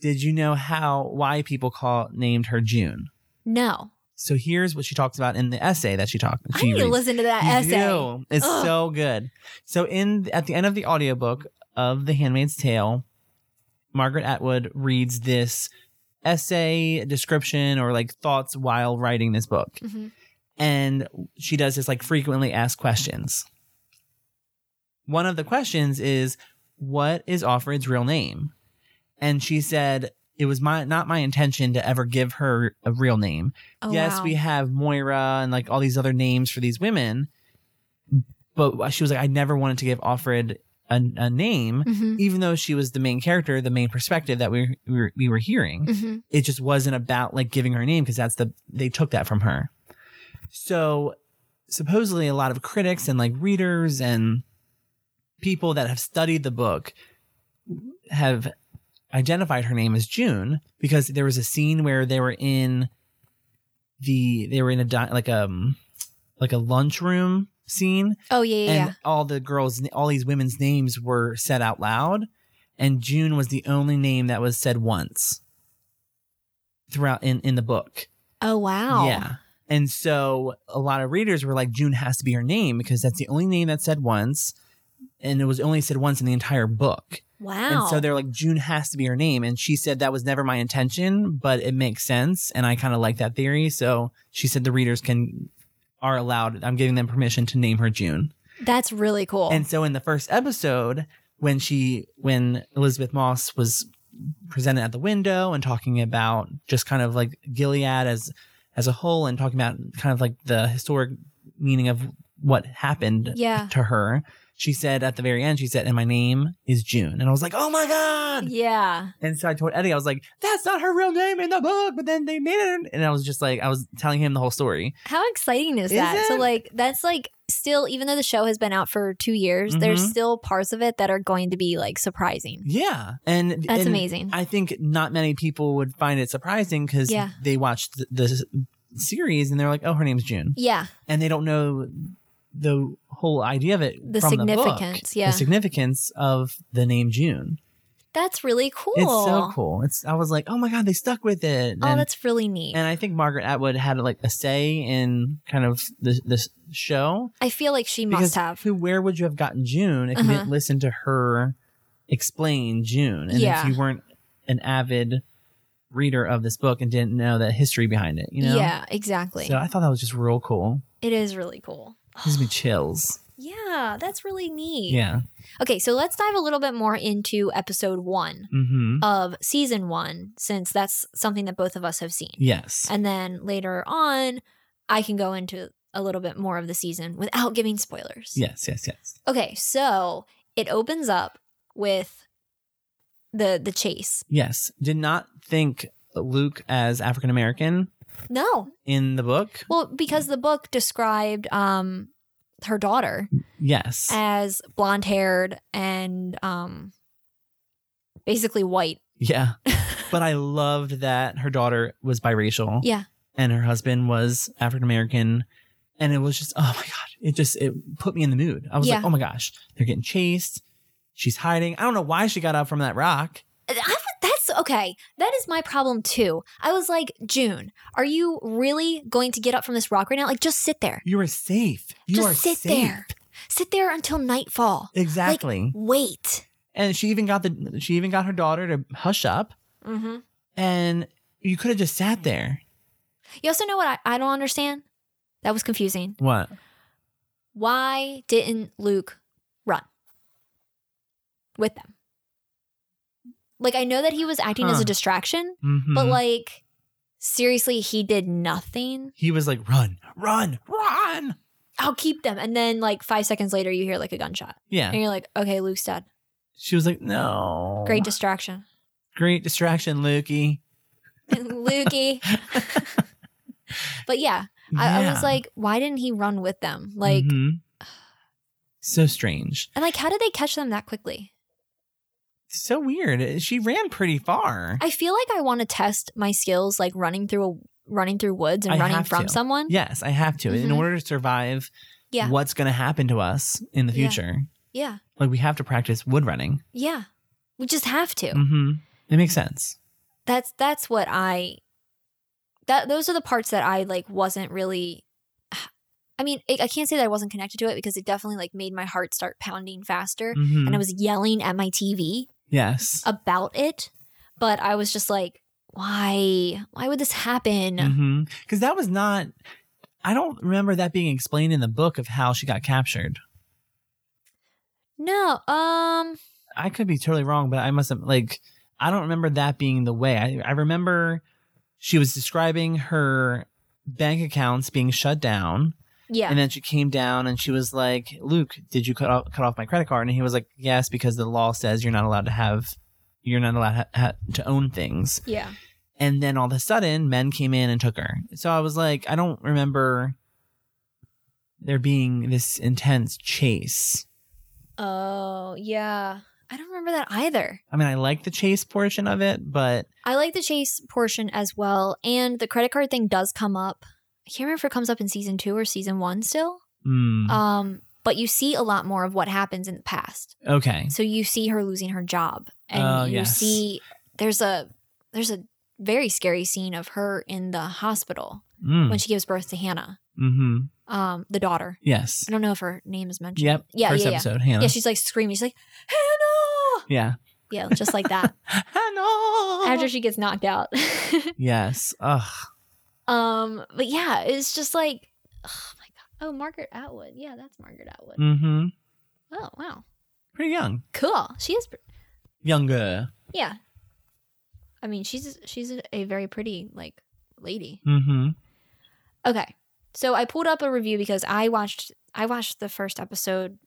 [SPEAKER 1] Did you know how why people call named her June?
[SPEAKER 2] No.
[SPEAKER 1] So here's what she talks about in the essay that she talked.
[SPEAKER 2] I
[SPEAKER 1] she
[SPEAKER 2] need to
[SPEAKER 1] reads.
[SPEAKER 2] listen to that
[SPEAKER 1] You
[SPEAKER 2] essay.
[SPEAKER 1] do. It's
[SPEAKER 2] Ugh.
[SPEAKER 1] so good. So in at the end of the audiobook of The Handmaid's Tale, Margaret Atwood reads this essay description or like thoughts while writing this book.
[SPEAKER 2] Mhm.
[SPEAKER 1] And she does this like frequently asked questions. One of the questions is what is Offred's real name? And she said it was my not my intention to ever give her a real name
[SPEAKER 2] Oh,
[SPEAKER 1] yes,
[SPEAKER 2] wow.
[SPEAKER 1] we have Moira and like all these other names for these women. But she was like, I never wanted to give Offred a, a name,
[SPEAKER 2] Mhm.
[SPEAKER 1] even though she was the main character, the main perspective that we we were, we were hearing.
[SPEAKER 2] Mhm.
[SPEAKER 1] It just wasn't about like giving her a name because that's the they took that from her. So supposedly, a lot of critics and like readers and people that have studied the book have identified her name as June because there was a scene where they were in the they were in a di- like um like a lunchroom scene
[SPEAKER 2] Oh yeah, yeah,
[SPEAKER 1] and
[SPEAKER 2] yeah.
[SPEAKER 1] all the girls all these women's names were said out loud and June was the only name that was said once throughout in in the book
[SPEAKER 2] Oh wow.
[SPEAKER 1] yeah. And so a lot of readers were like, June has to be her name because that's the only name that's said once. And it was only said once in the entire book.
[SPEAKER 2] Wow.
[SPEAKER 1] And so they're like, June has to be her name. And she said, that was never my intention, but it makes sense. And I kind of like that theory. So she said the readers can are allowed, I'm giving them permission to name her June.
[SPEAKER 2] That's really cool.
[SPEAKER 1] And so in the first episode, when she when Elizabeth Moss was presented at the window and talking about just kind of like Gilead as as a whole and talking about kind of like the historic meaning of what happened
[SPEAKER 2] yeah.
[SPEAKER 1] to her, she said at the very end, she said, And my name is June. And I was like, Oh my God.
[SPEAKER 2] Yeah.
[SPEAKER 1] And so I told Eddie, I was like, That's not her real name in the book, but then they made it and I was just like I was telling him the whole story.
[SPEAKER 2] How exciting is,
[SPEAKER 1] Is
[SPEAKER 2] that? So
[SPEAKER 1] it?
[SPEAKER 2] like that's like still even though the show has been out for 2 years, there's
[SPEAKER 1] Mhm.
[SPEAKER 2] still parts of it that are going to be like surprising.
[SPEAKER 1] Yeah. And
[SPEAKER 2] That's
[SPEAKER 1] and,
[SPEAKER 2] amazing.
[SPEAKER 1] I think not many people would find it surprising because
[SPEAKER 2] Yeah.
[SPEAKER 1] they watched the, the series and they're like, "Oh, her name's June,"
[SPEAKER 2] yeah.
[SPEAKER 1] and they don't know the whole idea of it,
[SPEAKER 2] The
[SPEAKER 1] from the book,
[SPEAKER 2] significance, yeah.
[SPEAKER 1] the significance of the name June.
[SPEAKER 2] That's really cool.
[SPEAKER 1] It's so cool. It's I was like, "Oh my god, they stuck with it."
[SPEAKER 2] Oh,
[SPEAKER 1] and,
[SPEAKER 2] that's really neat.
[SPEAKER 1] and I think Margaret Atwood had like a say in kind of the the show
[SPEAKER 2] I feel like she must
[SPEAKER 1] because
[SPEAKER 2] have.
[SPEAKER 1] who where would you have gotten June if you
[SPEAKER 2] Uh-huh.
[SPEAKER 1] didn't listen to her explain June and
[SPEAKER 2] Yeah.
[SPEAKER 1] if you weren't an avid reader of this book and didn't know the history behind it, you know?
[SPEAKER 2] Yeah, exactly.
[SPEAKER 1] So I thought that was just real cool.
[SPEAKER 2] it is really cool.
[SPEAKER 1] Gives me chills.
[SPEAKER 2] Yeah, that's really neat.
[SPEAKER 1] Yeah.
[SPEAKER 2] Okay, so let's dive a little bit more into episode 1
[SPEAKER 1] Mm-hmm.
[SPEAKER 2] of season 1 since that's something that both of us have seen.
[SPEAKER 1] Yes.
[SPEAKER 2] And then later on, I can go into a little bit more of the season without giving spoilers.
[SPEAKER 1] yes. Yes. Yes.
[SPEAKER 2] Okay, so it opens up with the the chase.
[SPEAKER 1] Yes. Did not think Luke as African American
[SPEAKER 2] No.
[SPEAKER 1] in the book.
[SPEAKER 2] Well, because the book described um her daughter
[SPEAKER 1] Yes.
[SPEAKER 2] as blonde haired and um basically white. (laughs)
[SPEAKER 1] yeah. but I loved that her daughter was biracial.
[SPEAKER 2] Yeah.
[SPEAKER 1] and her husband was African American. And it was just, oh my God. It just, it put me in the mood. I was like,
[SPEAKER 2] Yeah.
[SPEAKER 1] oh my gosh, they're getting chased. She's hiding. I don't know why she got up from that rock.
[SPEAKER 2] I, would- that's okay. That is my problem too. I was like, June, are you really going to get up from this rock right now? Like, just sit there.
[SPEAKER 1] You are safe. You
[SPEAKER 2] just
[SPEAKER 1] are
[SPEAKER 2] sit
[SPEAKER 1] safe.
[SPEAKER 2] there. Sit there until nightfall.
[SPEAKER 1] Exactly.
[SPEAKER 2] Wait.
[SPEAKER 1] and she even got the she even got her daughter to hush up.
[SPEAKER 2] Mm-hmm.
[SPEAKER 1] And you could have just sat there.
[SPEAKER 2] You also know what I, I don't understand? That was confusing.
[SPEAKER 1] What?
[SPEAKER 2] Why didn't Luke run with them? Like, I know that he was acting as
[SPEAKER 1] Huh.
[SPEAKER 2] a distraction,
[SPEAKER 1] Mm-hmm.
[SPEAKER 2] but like, seriously, he did nothing.
[SPEAKER 1] he was like, "Run, run, run!"
[SPEAKER 2] I'll keep them. And then, like, five seconds later, you hear like a gunshot.
[SPEAKER 1] Yeah.
[SPEAKER 2] And you're like, okay, Luke's dead.
[SPEAKER 1] She was like, "No." (laughs)
[SPEAKER 2] Great distraction. (laughs)
[SPEAKER 1] great distraction, Lukey.
[SPEAKER 2] Lukey.
[SPEAKER 1] (laughs)
[SPEAKER 2] but yeah, I, I was
[SPEAKER 1] Yeah.
[SPEAKER 2] like, why didn't he run with them? Like,
[SPEAKER 1] Mhm. so strange,
[SPEAKER 2] and like, how did they catch them that quickly?
[SPEAKER 1] so weird. She ran pretty far.
[SPEAKER 2] I feel like I want to test my skills, like running through a running through woods and
[SPEAKER 1] I
[SPEAKER 2] running
[SPEAKER 1] have
[SPEAKER 2] from
[SPEAKER 1] to.
[SPEAKER 2] someone.
[SPEAKER 1] yes, I have to in
[SPEAKER 2] Mhm.
[SPEAKER 1] order to survive.
[SPEAKER 2] Yeah.
[SPEAKER 1] What's going to happen to us in the
[SPEAKER 2] Yeah.
[SPEAKER 1] future?
[SPEAKER 2] yeah,
[SPEAKER 1] Like we have to practice wood running.
[SPEAKER 2] yeah. We just have to.
[SPEAKER 1] Mm-hmm. It makes sense.
[SPEAKER 2] That's that's what I. That those are the parts that I like wasn't really. (sighs) I mean, it, I can't say that I wasn't connected to it because it definitely like made my heart start pounding faster,
[SPEAKER 1] Mhm.
[SPEAKER 2] and I Oh, was yelling at my TV
[SPEAKER 1] yes.
[SPEAKER 2] about it. But I was just like, why? Why would this happen?
[SPEAKER 1] mm Because that was not. I don't remember that being explained in the book of how she got captured.
[SPEAKER 2] No, um,
[SPEAKER 1] I could be totally wrong, but I must have like I don't remember that being the way. I, I remember she was describing her bank accounts being shut down,
[SPEAKER 2] yeah.
[SPEAKER 1] and then she came down and she was like, "Luke, did you cut off, cut off my credit card?" And he was like, "Yes, because the law says you're not allowed to have, you're not allowed ha- ha- to own things."
[SPEAKER 2] yeah.
[SPEAKER 1] And then all of a sudden, men came in and took her. So I was like, I don't remember there being this intense chase.
[SPEAKER 2] Oh, yeah. I don't remember that either.
[SPEAKER 1] I mean, I like the chase portion of it, but
[SPEAKER 2] I like the chase portion as well. And the credit card thing does come up. I can't remember if it comes up in season two or season one still.
[SPEAKER 1] mm,
[SPEAKER 2] Um, but you see a lot more of what happens in the past.
[SPEAKER 1] okay.
[SPEAKER 2] So you see her losing her job. And
[SPEAKER 1] Oh,
[SPEAKER 2] you
[SPEAKER 1] yes.
[SPEAKER 2] see there's a there's a very scary scene of her in the hospital
[SPEAKER 1] Mm,
[SPEAKER 2] when she gives birth to Hannah,
[SPEAKER 1] hmm
[SPEAKER 2] um, the daughter.
[SPEAKER 1] Yes.
[SPEAKER 2] I don't know if her name is mentioned.
[SPEAKER 1] Yep.
[SPEAKER 2] Yeah,
[SPEAKER 1] First
[SPEAKER 2] yeah, yeah.
[SPEAKER 1] episode, Hannah.
[SPEAKER 2] Yeah, she's like screaming. She's like, Hannah!
[SPEAKER 1] yeah.
[SPEAKER 2] Yeah, just
[SPEAKER 1] (laughs)
[SPEAKER 2] like that.
[SPEAKER 1] Hannah.
[SPEAKER 2] After she gets knocked out. (laughs)
[SPEAKER 1] yes. Ugh.
[SPEAKER 2] Um, but yeah, it's just like, oh my god, oh Margaret Atwood, yeah, that's Margaret Atwood.
[SPEAKER 1] Mm-hmm.
[SPEAKER 2] Oh wow,
[SPEAKER 1] Pretty young.
[SPEAKER 2] cool. She is, pr-
[SPEAKER 1] Younger.
[SPEAKER 2] yeah. I mean, she's she's a, a very pretty like lady.
[SPEAKER 1] Mm-hmm.
[SPEAKER 2] Okay, so I pulled up a review because I watched I watched the first episode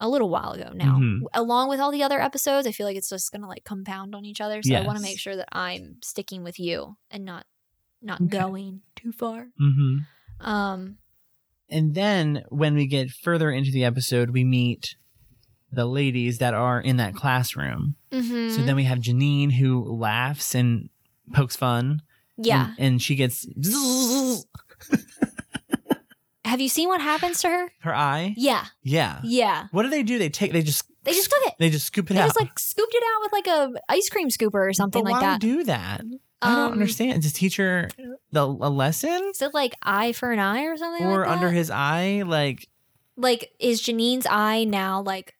[SPEAKER 2] a little while ago now,
[SPEAKER 1] Mhm.
[SPEAKER 2] along with all the other episodes. I feel like it's just gonna like compound on each other, so I want to
[SPEAKER 1] Yes.
[SPEAKER 2] make sure that I'm sticking with you and not not
[SPEAKER 1] Okay.
[SPEAKER 2] going too far.
[SPEAKER 1] Mm-hmm.
[SPEAKER 2] Um,
[SPEAKER 1] And then when we get further into the episode, we meet the ladies that are in that classroom. So
[SPEAKER 2] mhm.
[SPEAKER 1] then we have Janine who laughs and pokes fun.
[SPEAKER 2] yeah.
[SPEAKER 1] And, and she gets zzzz,
[SPEAKER 2] Have you seen what happens
[SPEAKER 1] (sighs)
[SPEAKER 2] to her?
[SPEAKER 1] her eye.
[SPEAKER 2] Yeah,
[SPEAKER 1] Yeah.
[SPEAKER 2] yeah.
[SPEAKER 1] What do they do? They take they just
[SPEAKER 2] They just took it.
[SPEAKER 1] they just scoop it
[SPEAKER 2] They
[SPEAKER 1] out.
[SPEAKER 2] just like scooped it out with like a ice cream scooper or something
[SPEAKER 1] but
[SPEAKER 2] like
[SPEAKER 1] why
[SPEAKER 2] that.
[SPEAKER 1] do that? I don't
[SPEAKER 2] Um,
[SPEAKER 1] understand. Does teacher the a lesson
[SPEAKER 2] Is it like eye for an eye or something?
[SPEAKER 1] or
[SPEAKER 2] like
[SPEAKER 1] under
[SPEAKER 2] that?
[SPEAKER 1] his eye? Like
[SPEAKER 2] like is Janine's eye now like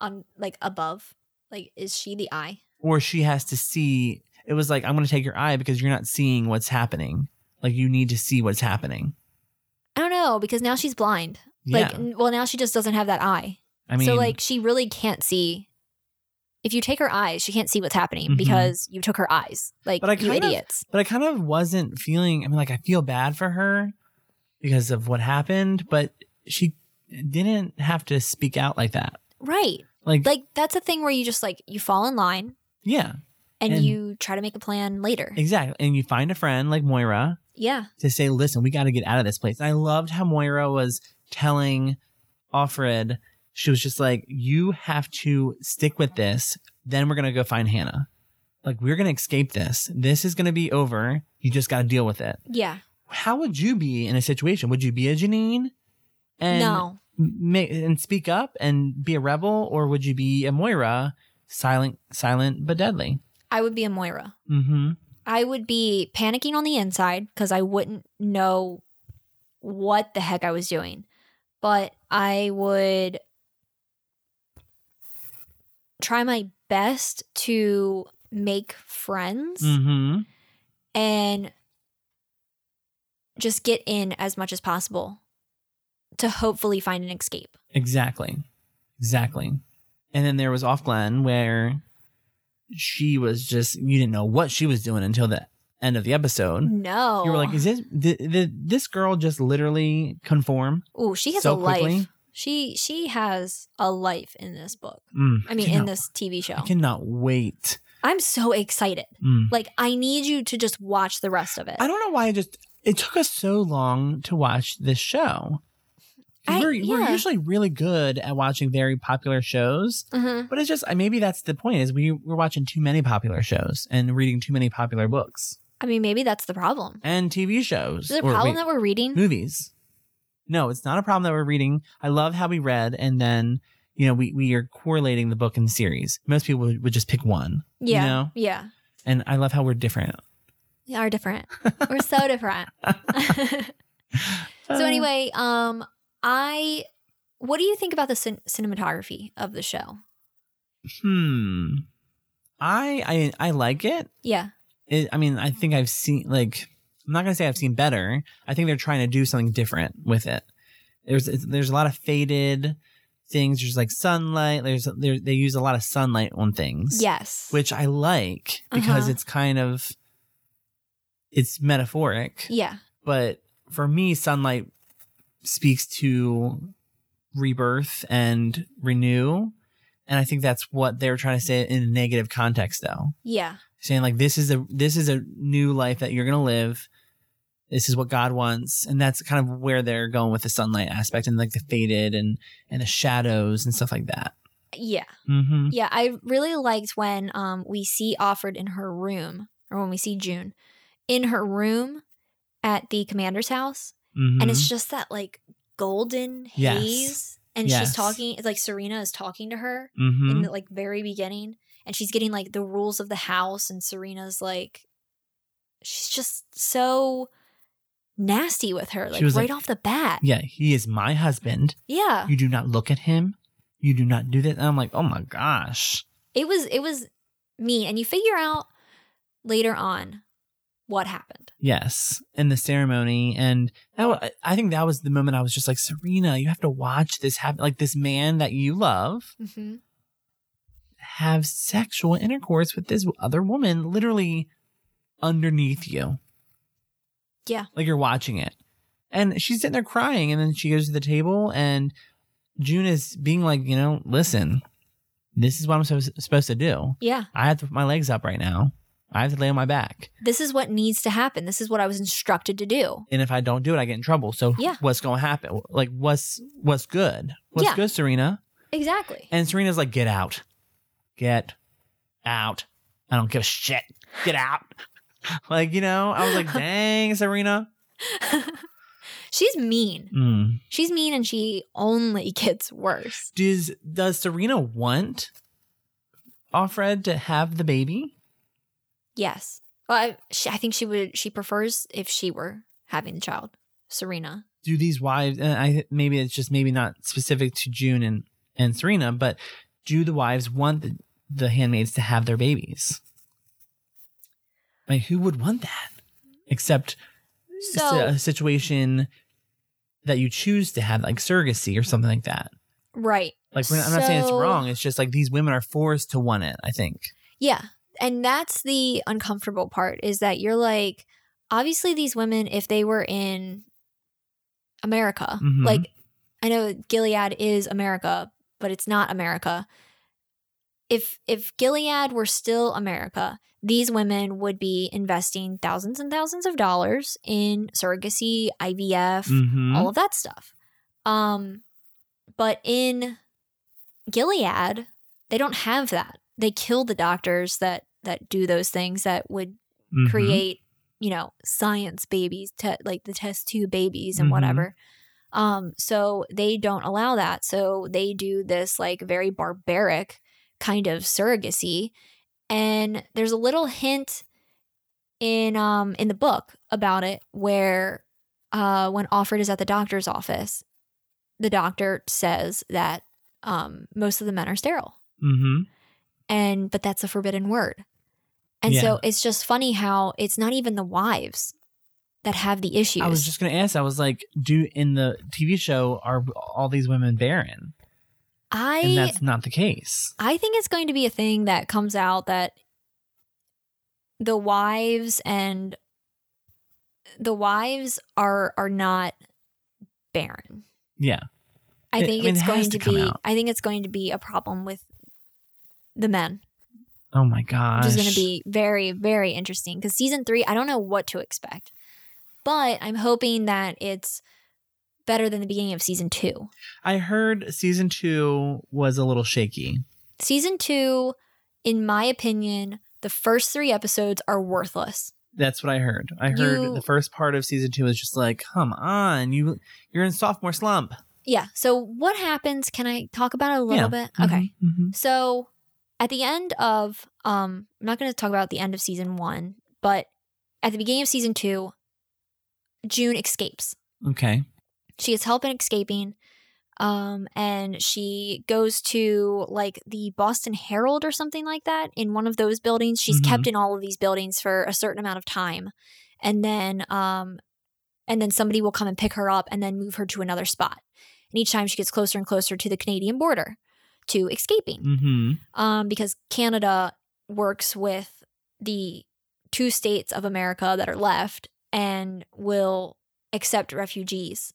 [SPEAKER 2] on like above? Like is she the eye?
[SPEAKER 1] or she has to see. It was like I'm going to take your eye because you're not seeing what's happening. Like you need to see what's happening.
[SPEAKER 2] I don't know because now she's blind.
[SPEAKER 1] Yeah.
[SPEAKER 2] Like n- well now she just doesn't have that eye.
[SPEAKER 1] I mean,
[SPEAKER 2] so like she really can't see. If you take her eyes, she can't see what's happening
[SPEAKER 1] Mhm.
[SPEAKER 2] because you took her eyes. Like
[SPEAKER 1] But I
[SPEAKER 2] you
[SPEAKER 1] kind of-
[SPEAKER 2] idiots.
[SPEAKER 1] but I kind of wasn't feeling. I mean, like I feel bad for her because of what happened, but she didn't have to speak out like that.
[SPEAKER 2] Right.
[SPEAKER 1] Like,
[SPEAKER 2] Like that's a thing where you just like you fall in line
[SPEAKER 1] yeah,
[SPEAKER 2] and,
[SPEAKER 1] And-
[SPEAKER 2] you try to make a plan later.
[SPEAKER 1] exactly. And you find a friend like Moira
[SPEAKER 2] yeah.
[SPEAKER 1] to say, "Listen, we got to get out of this place." And I loved how Moira was telling Alfred. She was just like, "You have to stick with this. Then we're gonna go find Hannah." like we're gonna escape this. This is gonna be over. You just gotta deal with it.
[SPEAKER 2] Yeah.
[SPEAKER 1] How would you be in a situation? Would you be a Janine? And
[SPEAKER 2] no.
[SPEAKER 1] ma- and speak up and be a rebel, or would you be a Moira, silent, silent but deadly?
[SPEAKER 2] I would be a Moira.
[SPEAKER 1] Mm-hmm.
[SPEAKER 2] I would be panicking on the inside because I wouldn't know what the heck I was doing. But I would try my best to make friends
[SPEAKER 1] Mm-hmm.
[SPEAKER 2] and just get in as much as possible to hopefully find an escape.
[SPEAKER 1] Exactly. Exactly. And then there was off Glen where she was just you didn't know what she was doing until the end of the episode.
[SPEAKER 2] No.
[SPEAKER 1] You were like, is this th- th- this girl just literally conform?
[SPEAKER 2] "Ooh, she has
[SPEAKER 1] so
[SPEAKER 2] a life.
[SPEAKER 1] quickly?
[SPEAKER 2] She she has a life in this book.
[SPEAKER 1] Mm,
[SPEAKER 2] I mean, in
[SPEAKER 1] cannot-
[SPEAKER 2] this TV show.
[SPEAKER 1] I cannot wait.
[SPEAKER 2] I'm so excited.
[SPEAKER 1] Mm.
[SPEAKER 2] Like, I need you to just watch the rest of it.
[SPEAKER 1] I don't know why it just it took us so long to watch this show. 'Cause
[SPEAKER 2] I-
[SPEAKER 1] we're, we're
[SPEAKER 2] yeah.
[SPEAKER 1] usually really good at watching very popular shows,
[SPEAKER 2] Mhm.
[SPEAKER 1] but it's just I- maybe that's the point is we we're watching too many popular shows and reading too many popular books
[SPEAKER 2] I mean, maybe that's the problem.
[SPEAKER 1] and TV shows.
[SPEAKER 2] Is it a
[SPEAKER 1] or
[SPEAKER 2] problem
[SPEAKER 1] wait,
[SPEAKER 2] that we're reading?
[SPEAKER 1] movies. No, it's not a problem that we're reading. I love how we read and then you know we we are correlating the book and series. Most people would, would just pick one,
[SPEAKER 2] Yeah.
[SPEAKER 1] know?
[SPEAKER 2] Yeah.
[SPEAKER 1] and I love how we're different.
[SPEAKER 2] We
[SPEAKER 1] (laughs)
[SPEAKER 2] are different. we're so different. (laughs)
[SPEAKER 1] Uh.
[SPEAKER 2] so, anyway, um, I, what do you think about the cin- cinematography of the show?
[SPEAKER 1] hmm, I I I like it.
[SPEAKER 2] Yeah.
[SPEAKER 1] it, I mean, I think I've seen like I'm not gonna say I've seen better. I think they're trying to do something different with it. There's it's- there's a lot of faded things. There's like sunlight. There's there, they use a lot of sunlight on things,
[SPEAKER 2] Yes.
[SPEAKER 1] which I like because
[SPEAKER 2] Uh-huh.
[SPEAKER 1] it's kind of it's metaphoric.
[SPEAKER 2] yeah.
[SPEAKER 1] But for me, sunlight speaks to rebirth and renew, and I think that's what they're trying to say in a negative context, though
[SPEAKER 2] Yeah.
[SPEAKER 1] saying like this is a this is a new life that you're gonna live this is what god wants and that's kind of where they're going with the sunlight aspect and like the faded and and the shadows and stuff like that
[SPEAKER 2] Yeah.
[SPEAKER 1] mm-hmm
[SPEAKER 2] Yeah, I really liked when um we see Offred in her room, or when we see June in her room at the commander's house,
[SPEAKER 1] mm-hmm
[SPEAKER 2] and it's just that like golden
[SPEAKER 1] Yes.
[SPEAKER 2] haze, and
[SPEAKER 1] Yes.
[SPEAKER 2] she's talking. It's like Serena is talking to her
[SPEAKER 1] mm-hmm.
[SPEAKER 2] in the like very beginning, and she's getting like the rules of the house, and Serena's like, she's just so nasty with her, like
[SPEAKER 1] was
[SPEAKER 2] right
[SPEAKER 1] like-
[SPEAKER 2] off the bat.
[SPEAKER 1] yeah he is my husband
[SPEAKER 2] Yeah,
[SPEAKER 1] you do not look at him you do not do that and i'm like oh my gosh
[SPEAKER 2] it was it was mean, and you figure out later on what happened.
[SPEAKER 1] yes in the ceremony and that wa- I- i think that was the moment i was just like serena you have to watch this happen like this man that you love
[SPEAKER 2] hmm
[SPEAKER 1] have sexual intercourse with this other woman literally underneath you.
[SPEAKER 2] Yeah.
[SPEAKER 1] Like you're watching it. And she's sitting there crying. And then she goes to the table, and June is being like, you know, listen, this is what I'm so- supposed to do.
[SPEAKER 2] Yeah.
[SPEAKER 1] I have to put my legs up right now. I have to lay on my back.
[SPEAKER 2] This is what needs to happen. This is what I was instructed to do.
[SPEAKER 1] And if I don't do it, I get in trouble. So
[SPEAKER 2] Yeah.
[SPEAKER 1] what's going to happen? Like, what's what's good? What's
[SPEAKER 2] Yeah.
[SPEAKER 1] good, Serena?
[SPEAKER 2] Exactly.
[SPEAKER 1] And Serena's like, get out. Get out. I don't give a shit. Get out. (laughs) like, you know, I was like, dang, Serena.
[SPEAKER 2] She's mean.
[SPEAKER 1] Mm.
[SPEAKER 2] She's mean and she only (laughs) gets worse.
[SPEAKER 1] Does does Serena want Offred to have the baby?
[SPEAKER 2] Yes. Well, I, she, I think she would, she prefers if she were having the child, Serena.
[SPEAKER 1] Do these wives and I maybe it's just maybe not specific to June and, and Serena, but do the wives want the, the handmaids to have their babies? Like who would want that? Except s-
[SPEAKER 2] So,
[SPEAKER 1] a situation that you choose to have, like surrogacy or something like that.
[SPEAKER 2] right.
[SPEAKER 1] Like we're not, I'm not saying it's
[SPEAKER 2] So-
[SPEAKER 1] wrong. It's just like these women are forced to want it. I think.
[SPEAKER 2] Yeah. And that's the uncomfortable part is that you're like, obviously, these women, if they were in America,
[SPEAKER 1] Mhm.
[SPEAKER 2] like, I know Gilead is America, but it's not America. If if Gilead were still America, these women would be investing thousands and thousands of dollars in surrogacy, IVF,
[SPEAKER 1] Mm-hmm.
[SPEAKER 2] all of that stuff. Um, but in Gilead, they don't have that. They kill the doctors that that do those things that would
[SPEAKER 1] Mhm.
[SPEAKER 2] create you know science babies te- like the test tube babies and
[SPEAKER 1] Mhm.
[SPEAKER 2] whatever um so they don't allow that so they do this like very barbaric kind of surrogacy and there's a little hint in um in the book about it where uh when Alfred is at the doctor's office the doctor says that um most of the men are sterile
[SPEAKER 1] Mhm.
[SPEAKER 2] and but that's a forbidden word and
[SPEAKER 1] Yeah.
[SPEAKER 2] so it's just funny how it's not even the wives that have the issues
[SPEAKER 1] I was just gonna ask. I was like, do in the TV show are all these women barren? And
[SPEAKER 2] i
[SPEAKER 1] that's not the case.
[SPEAKER 2] i think it's going to be a thing that comes out that the wives and the wives are are not barren
[SPEAKER 1] Yeah.
[SPEAKER 2] i
[SPEAKER 1] It-
[SPEAKER 2] think
[SPEAKER 1] I mean,
[SPEAKER 2] it's
[SPEAKER 1] it has
[SPEAKER 2] going
[SPEAKER 1] to
[SPEAKER 2] to,
[SPEAKER 1] come
[SPEAKER 2] be
[SPEAKER 1] out.
[SPEAKER 2] i think it's going to be a problem with the men
[SPEAKER 1] Oh my gosh.
[SPEAKER 2] which is going to be very very interesting because season three i don't know what to expect but i'm hoping that it's better than the beginning of season two
[SPEAKER 1] I heard season two was a little shaky.
[SPEAKER 2] season two in my opinion the first three episodes are worthless
[SPEAKER 1] That's what I heard. I heard
[SPEAKER 2] You-
[SPEAKER 1] the first part of season two was just like, come on, you you're in sophomore slump.
[SPEAKER 2] yeah so what happens can i talk about it a little bit okay
[SPEAKER 1] Mhm,
[SPEAKER 2] So at the end of um I'm not going to talk about the end of season 1, but at the beginning of season 2 June escapes.
[SPEAKER 1] mhm. Okay.
[SPEAKER 2] She is help in escaping um and she goes to like the Boston Herald or something like that in one of those buildings. She's
[SPEAKER 1] Mhm.
[SPEAKER 2] kept in all of these buildings for a certain amount of time. And then um and then somebody will come and pick her up and then move her to another spot. And each time she gets closer and closer to the Canadian border to escaping
[SPEAKER 1] Mm-hmm.
[SPEAKER 2] um, because Canada works with the two states of America that are left and will accept refugees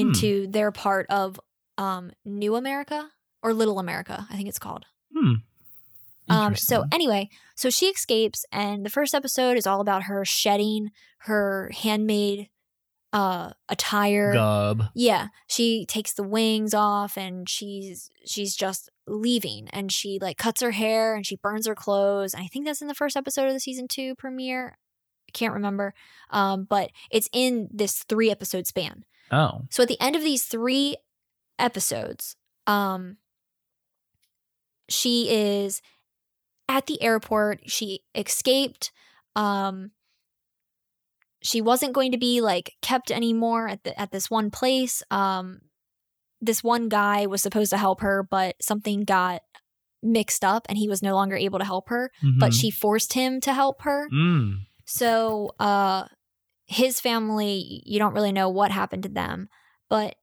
[SPEAKER 2] into their part of um, New America or Little America, I think it's called.
[SPEAKER 1] Hmm.
[SPEAKER 2] Um, so,
[SPEAKER 1] Interesting.
[SPEAKER 2] anyway, so she escapes, and the first episode is all about her shedding her handmade uh, attire.
[SPEAKER 1] Gub.
[SPEAKER 2] Yeah, she takes the wings off and she's she's just leaving and she like cuts her hair and she burns her clothes. And I think that's in the first episode of the season 2 premiere. I can't remember. Um but it's in this 3 episode span.
[SPEAKER 1] Oh.
[SPEAKER 2] So at the end of these 3 episodes, um she is at the airport. She escaped um she wasn't going to be like kept anymore at the at this one place um this one guy was supposed to help her but something got mixed up and he was no longer able to help her but
[SPEAKER 1] Mhm.
[SPEAKER 2] she forced him to help her
[SPEAKER 1] Mm.
[SPEAKER 2] so uh his family you don't really know what happened to them but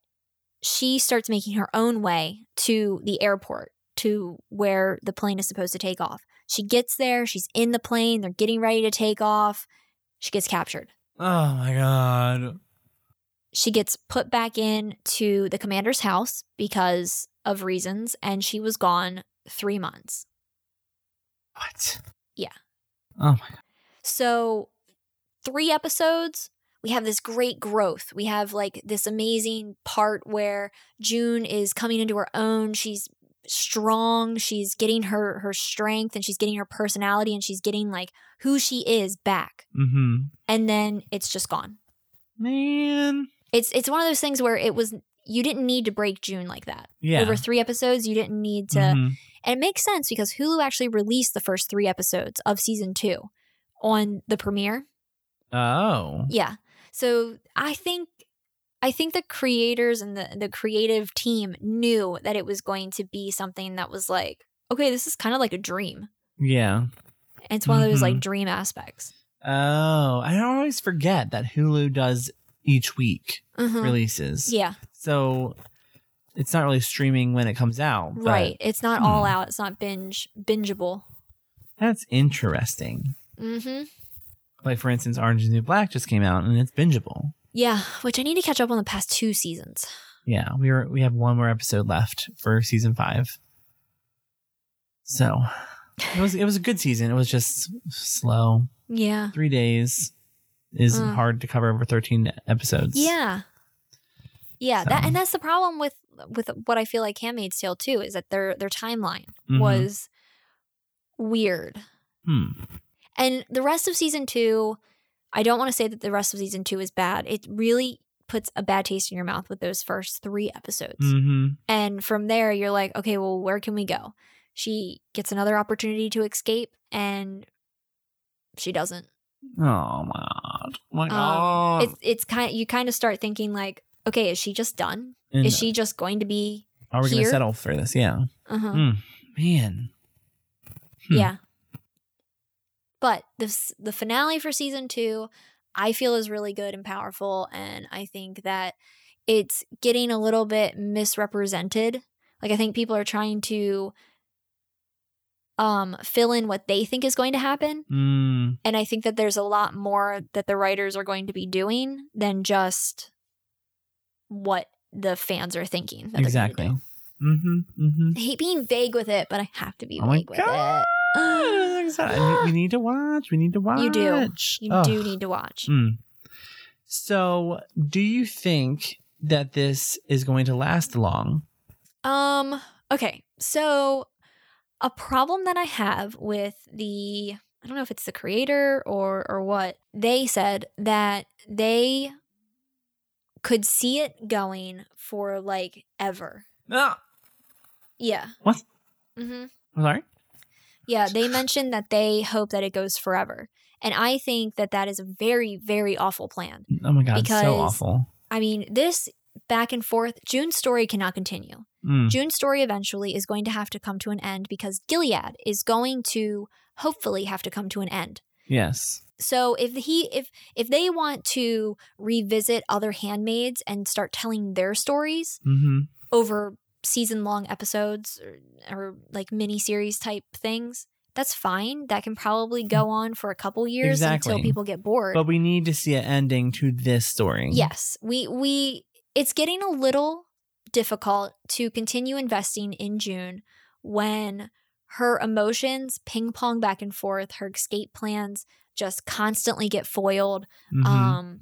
[SPEAKER 2] she starts making her own way to the airport to where the plane is supposed to take off she gets there she's in the plane they're getting ready to take off she gets captured
[SPEAKER 1] Oh my god.
[SPEAKER 2] she gets put back in to the commander's house because of reasons and she was gone 3 months.
[SPEAKER 1] What?
[SPEAKER 2] Yeah.
[SPEAKER 1] Oh my
[SPEAKER 2] So 3 episodes we have this great growth. We have like this amazing part where June is coming into her own. She's strong. She's getting her her strength and she's getting her personality and she's getting like who she is back.
[SPEAKER 1] Mm-hmm.
[SPEAKER 2] And then it's just gone.
[SPEAKER 1] Man.
[SPEAKER 2] It's it's one of those things where it was you didn't need to break June like that.
[SPEAKER 1] Yeah.
[SPEAKER 2] Over 3 episodes, you didn't need to
[SPEAKER 1] Mhm.
[SPEAKER 2] And it makes sense because Hulu actually released the first three episodes of season two on the premiere.
[SPEAKER 1] Oh.
[SPEAKER 2] Yeah. So I think I think the creators and the, the creative team knew that it was going to be something that was like, okay, this is kind of like a dream.
[SPEAKER 1] Yeah.
[SPEAKER 2] And it's one of those like
[SPEAKER 1] Mhm.
[SPEAKER 2] dream aspects.
[SPEAKER 1] Oh. I always forget that Hulu does each week
[SPEAKER 2] Mhm.
[SPEAKER 1] releases.
[SPEAKER 2] Yeah.
[SPEAKER 1] So it's not really streaming when it comes out. but
[SPEAKER 2] Right. It's not all
[SPEAKER 1] hmm.
[SPEAKER 2] out. It's not binge bingeable.
[SPEAKER 1] That's interesting.
[SPEAKER 2] Mm-hmm.
[SPEAKER 1] Like for instance, Orange is the New Black just came out and it's bingeable.
[SPEAKER 2] Yeah. Which I need to catch up on the past two seasons.
[SPEAKER 1] Yeah, we were we have one more episode left for season five. So it was it was a good season. It was just slow.
[SPEAKER 2] Yeah.
[SPEAKER 1] Three days is
[SPEAKER 2] Mm.
[SPEAKER 1] hard to cover over thirteen episodes.
[SPEAKER 2] Yeah. Yeah, that
[SPEAKER 1] So-
[SPEAKER 2] and that's the problem with with what I feel like Handmaid's Tale too is that their their timeline
[SPEAKER 1] Mhm.
[SPEAKER 2] was weird.
[SPEAKER 1] Mm-hmm. Hmm.
[SPEAKER 2] And the rest of season two, I don't want to say that the rest of season two is bad. It really puts a bad taste in your mouth with those first three episodes.
[SPEAKER 1] Mm-hmm.
[SPEAKER 2] And from there, you're like, okay, well, where can we go? She gets another opportunity to escape and she doesn't.
[SPEAKER 1] Oh my god. Oh My
[SPEAKER 2] Um,
[SPEAKER 1] god.
[SPEAKER 2] it's it's kind you kind of start thinking like, okay, is she just done?
[SPEAKER 1] And
[SPEAKER 2] Is she just going to be
[SPEAKER 1] are we going to
[SPEAKER 2] here?
[SPEAKER 1] settle for this? Yeah.
[SPEAKER 2] uh-huh.
[SPEAKER 1] Hmm. Man. Hmm.
[SPEAKER 2] Yeah. But this the finale for season 2 I feel is really good and powerful and I think that it's getting a little bit misrepresented. Like I think people are trying to um fill in what they think is going to happen
[SPEAKER 1] Mm.
[SPEAKER 2] and I think that there's a lot more that the writers are going to be doing than just what the fans are thinking. that they're gonna
[SPEAKER 1] Exactly.
[SPEAKER 2] do.
[SPEAKER 1] Mm-hmm. Mm-hmm.
[SPEAKER 2] I hate being vague with it, but I have to be
[SPEAKER 1] Oh my
[SPEAKER 2] vague with
[SPEAKER 1] God.
[SPEAKER 2] it.
[SPEAKER 1] I'm excited. (gasps) I need- we need to watch. We need to watch.
[SPEAKER 2] You do. You
[SPEAKER 1] Ugh.
[SPEAKER 2] do need to watch.
[SPEAKER 1] Mm. So, do you think that this is going to last long? Mm.
[SPEAKER 2] Um, okay. So a problem that I have with the I don't know if it's the creator or or what, they said that they could see it going for like ever.
[SPEAKER 1] Ah,
[SPEAKER 2] Yeah.
[SPEAKER 1] What?
[SPEAKER 2] Mm-hmm.
[SPEAKER 1] I'm sorry.
[SPEAKER 2] Yeah,
[SPEAKER 1] (sighs)
[SPEAKER 2] they mentioned that they hope that it goes forever. And I think that that is a very, very awful plan.
[SPEAKER 1] Oh my god, so
[SPEAKER 2] Because-
[SPEAKER 1] awful.
[SPEAKER 2] I mean, this back and forth, June's story cannot continue.
[SPEAKER 1] Mm.
[SPEAKER 2] June's story eventually is going to have to come to an end because Gilead is going to hopefully have to come to an end.
[SPEAKER 1] Yes.
[SPEAKER 2] So if he if if they want to revisit other handmaids and start telling their stories
[SPEAKER 1] Mm-hmm.
[SPEAKER 2] over season long episodes or, or like mini series type things, that's fine. That can probably
[SPEAKER 1] (laughs)
[SPEAKER 2] go on for a couple years
[SPEAKER 1] Exactly.
[SPEAKER 2] until people get bored.
[SPEAKER 1] But we need to see an ending to this story.
[SPEAKER 2] Yes, we we it's getting a little difficult to continue investing in June when her emotions ping pong back and forth, her escape plans just constantly get foiled.
[SPEAKER 1] Mhm.
[SPEAKER 2] Um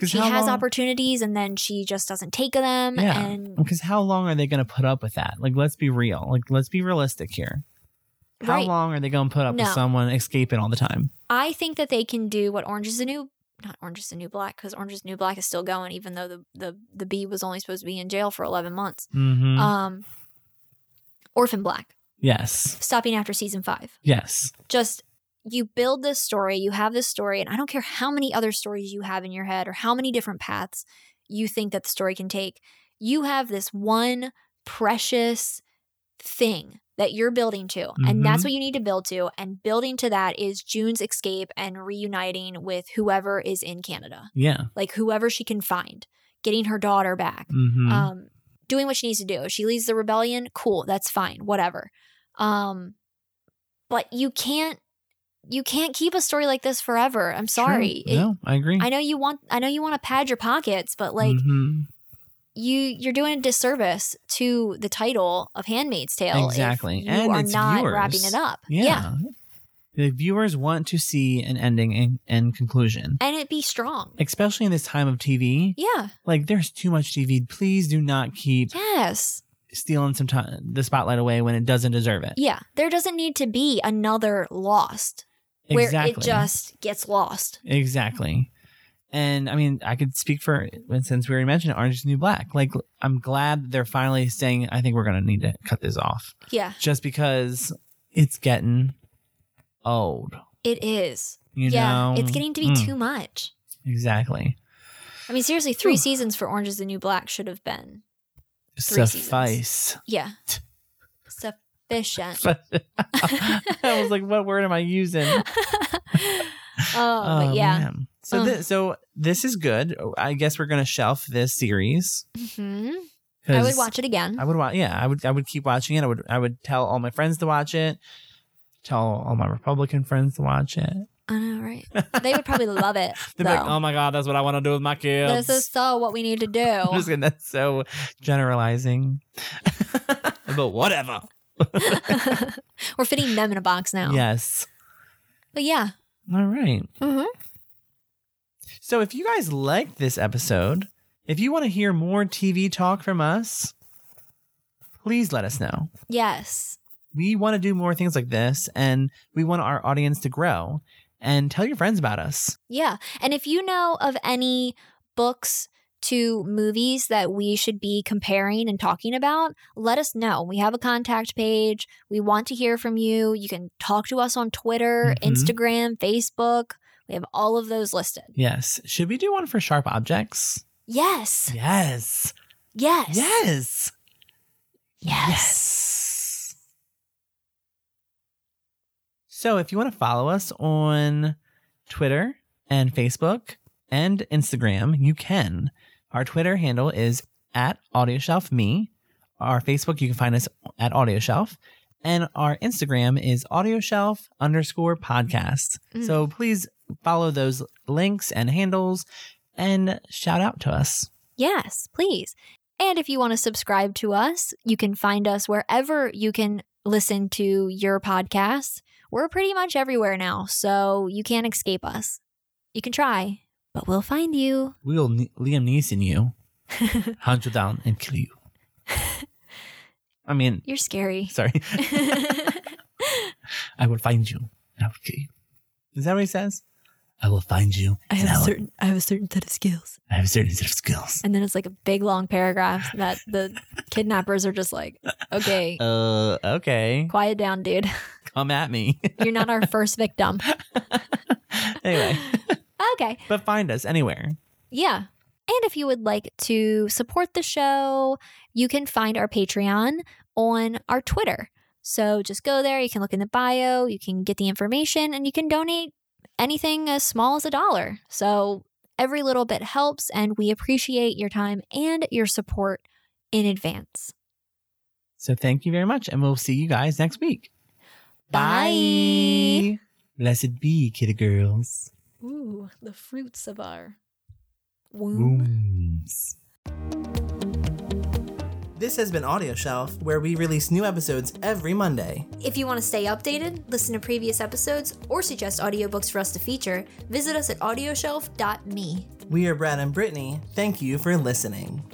[SPEAKER 1] 'Cause
[SPEAKER 2] she
[SPEAKER 1] how
[SPEAKER 2] has
[SPEAKER 1] long-
[SPEAKER 2] opportunities and then she just doesn't take them
[SPEAKER 1] Yeah.
[SPEAKER 2] and
[SPEAKER 1] Because how long are they going to put up with that? Like, let's be real. Like, let's be realistic here. How
[SPEAKER 2] right.
[SPEAKER 1] long are they going to put up with
[SPEAKER 2] No.
[SPEAKER 1] someone escaping all the time?
[SPEAKER 2] I think that they can do what Orange is the New not Orange is the New Black because Orange is the New Black is still going even though the the the B was only supposed to be in jail for 11 months.
[SPEAKER 1] Mm-hmm.
[SPEAKER 2] Um Orphan Black
[SPEAKER 1] yes.
[SPEAKER 2] stopping after season five.
[SPEAKER 1] Yes.
[SPEAKER 2] Just you build this story, you have this story, and I don't care how many other stories you have in your head or how many different paths you think that the story can take. You have this one precious thing that you're building to,
[SPEAKER 1] Mhm.
[SPEAKER 2] and that's what you need to build to. And building to that is June's escape and reuniting with whoever is in Canada,
[SPEAKER 1] Yeah.
[SPEAKER 2] like whoever she can find, getting her daughter back
[SPEAKER 1] Mm-hmm.
[SPEAKER 2] um, doing what she needs to do. If she leads the rebellion, cool, that's fine, whatever. Um, but you can't you can't keep a story like this forever. I'm sorry. It-
[SPEAKER 1] no, I agree.
[SPEAKER 2] I know you want I know you want to pad your pockets, but like
[SPEAKER 1] Mhm.
[SPEAKER 2] you you're doing a disservice to the title of Handmaid's Tale. if
[SPEAKER 1] Exactly.
[SPEAKER 2] you
[SPEAKER 1] And
[SPEAKER 2] are
[SPEAKER 1] it's
[SPEAKER 2] not
[SPEAKER 1] viewers.
[SPEAKER 2] wrapping it up.
[SPEAKER 1] Yeah. The viewers want to see an ending and, and conclusion,
[SPEAKER 2] And it be strong.
[SPEAKER 1] especially in this time of TV.
[SPEAKER 2] Yeah.
[SPEAKER 1] Like, there's too much TV. Please do not keep
[SPEAKER 2] Yes.
[SPEAKER 1] stealing some time, the spotlight away when it doesn't deserve it.
[SPEAKER 2] Yeah. There doesn't need to be another lost where
[SPEAKER 1] exactly.
[SPEAKER 2] it just gets lost.
[SPEAKER 1] Exactly. And I mean, I could speak for since we already mentioned Orange is the New Black. Like, I'm glad they're finally saying, I think we're going to need to cut this off
[SPEAKER 2] Yeah.
[SPEAKER 1] just because it's getting old.
[SPEAKER 2] It is.
[SPEAKER 1] You know?
[SPEAKER 2] yeah, it's getting to be
[SPEAKER 1] Mm,
[SPEAKER 2] too much.
[SPEAKER 1] Exactly.
[SPEAKER 2] I mean, seriously, three
[SPEAKER 1] Whew.
[SPEAKER 2] seasons for Orange is the New Black should have been. Three seasons.
[SPEAKER 1] Suffice. (laughs)
[SPEAKER 2] Yeah. Sufficient.
[SPEAKER 1] I was like, what word am I using?
[SPEAKER 2] (laughs) oh,
[SPEAKER 1] Oh,
[SPEAKER 2] but yeah.
[SPEAKER 1] man. So,
[SPEAKER 2] Ugh.
[SPEAKER 1] thi- so this is good. I guess we're going to shelf this series.
[SPEAKER 2] hmm
[SPEAKER 1] 'cause
[SPEAKER 2] I would watch it again.
[SPEAKER 1] I would watch. Yeah, I would. I would keep watching it. I would. I would tell all my friends to watch it. Tell all my Republican friends to watch it.
[SPEAKER 2] I know, right? They would probably love it.
[SPEAKER 1] (laughs) They'd be like,
[SPEAKER 2] though.
[SPEAKER 1] "Oh my god, that's what I want to do with my kids." (laughs)
[SPEAKER 2] this is so what we need to do.
[SPEAKER 1] I'm just kidding, that's so
[SPEAKER 2] (laughs)
[SPEAKER 1] generalizing. but whatever.
[SPEAKER 2] (laughs) We're fitting them in a box now.
[SPEAKER 1] Yes.
[SPEAKER 2] But yeah.
[SPEAKER 1] All right.
[SPEAKER 2] Mhm.
[SPEAKER 1] So if you guys liked this episode, if you want to hear more TV talk from us, please let us know.
[SPEAKER 2] Yes.
[SPEAKER 1] we want to do more things like this and we want our audience to grow. And tell your friends about us.
[SPEAKER 2] Yeah. And if you know of any books to movies that we should be comparing and talking about, let us know. We have a contact page. We want to hear from you. You can talk to us on Twitter,
[SPEAKER 1] Mhm.
[SPEAKER 2] Instagram, Facebook. We have all of those listed.
[SPEAKER 1] Yes. Should we do one for sharp objects?
[SPEAKER 2] Yes.
[SPEAKER 1] Yes.
[SPEAKER 2] Yes.
[SPEAKER 1] Yes.
[SPEAKER 2] Yes.
[SPEAKER 1] Yes. So if you want to follow us on Twitter and Facebook and Instagram, you can. Our Twitter handle is at AudioshelfMe. Our Facebook, you can find us at AudioShelf. And our Instagram is AudioShelf underscore podcast.
[SPEAKER 2] Mm.
[SPEAKER 1] So please follow those links and handles and shout out to us.
[SPEAKER 2] Yes, please. And if you want to subscribe to us, you can find us wherever you can listen to your podcasts. We're pretty much everywhere now, so you can't escape us. You can try, but we'll find you.
[SPEAKER 1] We'll Ne- Liam Neeson
[SPEAKER 2] (laughs)
[SPEAKER 1] you. hunt you down and kill you. I
[SPEAKER 2] (laughs)
[SPEAKER 1] mean,
[SPEAKER 2] You're scary.
[SPEAKER 1] sorry, I will find you and I will kill you. Is that what he says? I will find you.
[SPEAKER 2] I
[SPEAKER 1] and
[SPEAKER 2] have
[SPEAKER 1] I,
[SPEAKER 2] a
[SPEAKER 1] will-
[SPEAKER 2] certain I have a certain set of skills.
[SPEAKER 1] I have a certain set of
[SPEAKER 2] (laughs)
[SPEAKER 1] skills.
[SPEAKER 2] And then it's like a big long paragraph that the kidnappers are just like, okay,
[SPEAKER 1] Uh, okay.
[SPEAKER 2] quiet down, dude. (laughs)
[SPEAKER 1] Come at me.
[SPEAKER 2] You're not our first victim.
[SPEAKER 1] anyway,
[SPEAKER 2] Okay.
[SPEAKER 1] but find us anywhere.
[SPEAKER 2] Yeah. And if you would like to support the show, you can find our Patreon on our Twitter. So just go there. You can look in the bio, you can get the information, and you can donate anything as small as a dollar. So every little bit helps, and we appreciate your time and your support in advance.
[SPEAKER 1] So thank you very much, and we'll see you guys next week.
[SPEAKER 2] Bye.
[SPEAKER 1] Blessed be, kitty girls.
[SPEAKER 2] Ooh, the fruits of our
[SPEAKER 1] Booms. This has been Audio Shelf, where we release new episodes every Monday.
[SPEAKER 2] If you want to stay updated, listen to previous episodes, or suggest audiobooks for us to feature, visit us at audioshelf.me.
[SPEAKER 1] We are Brad and Brittany. Thank you for listening.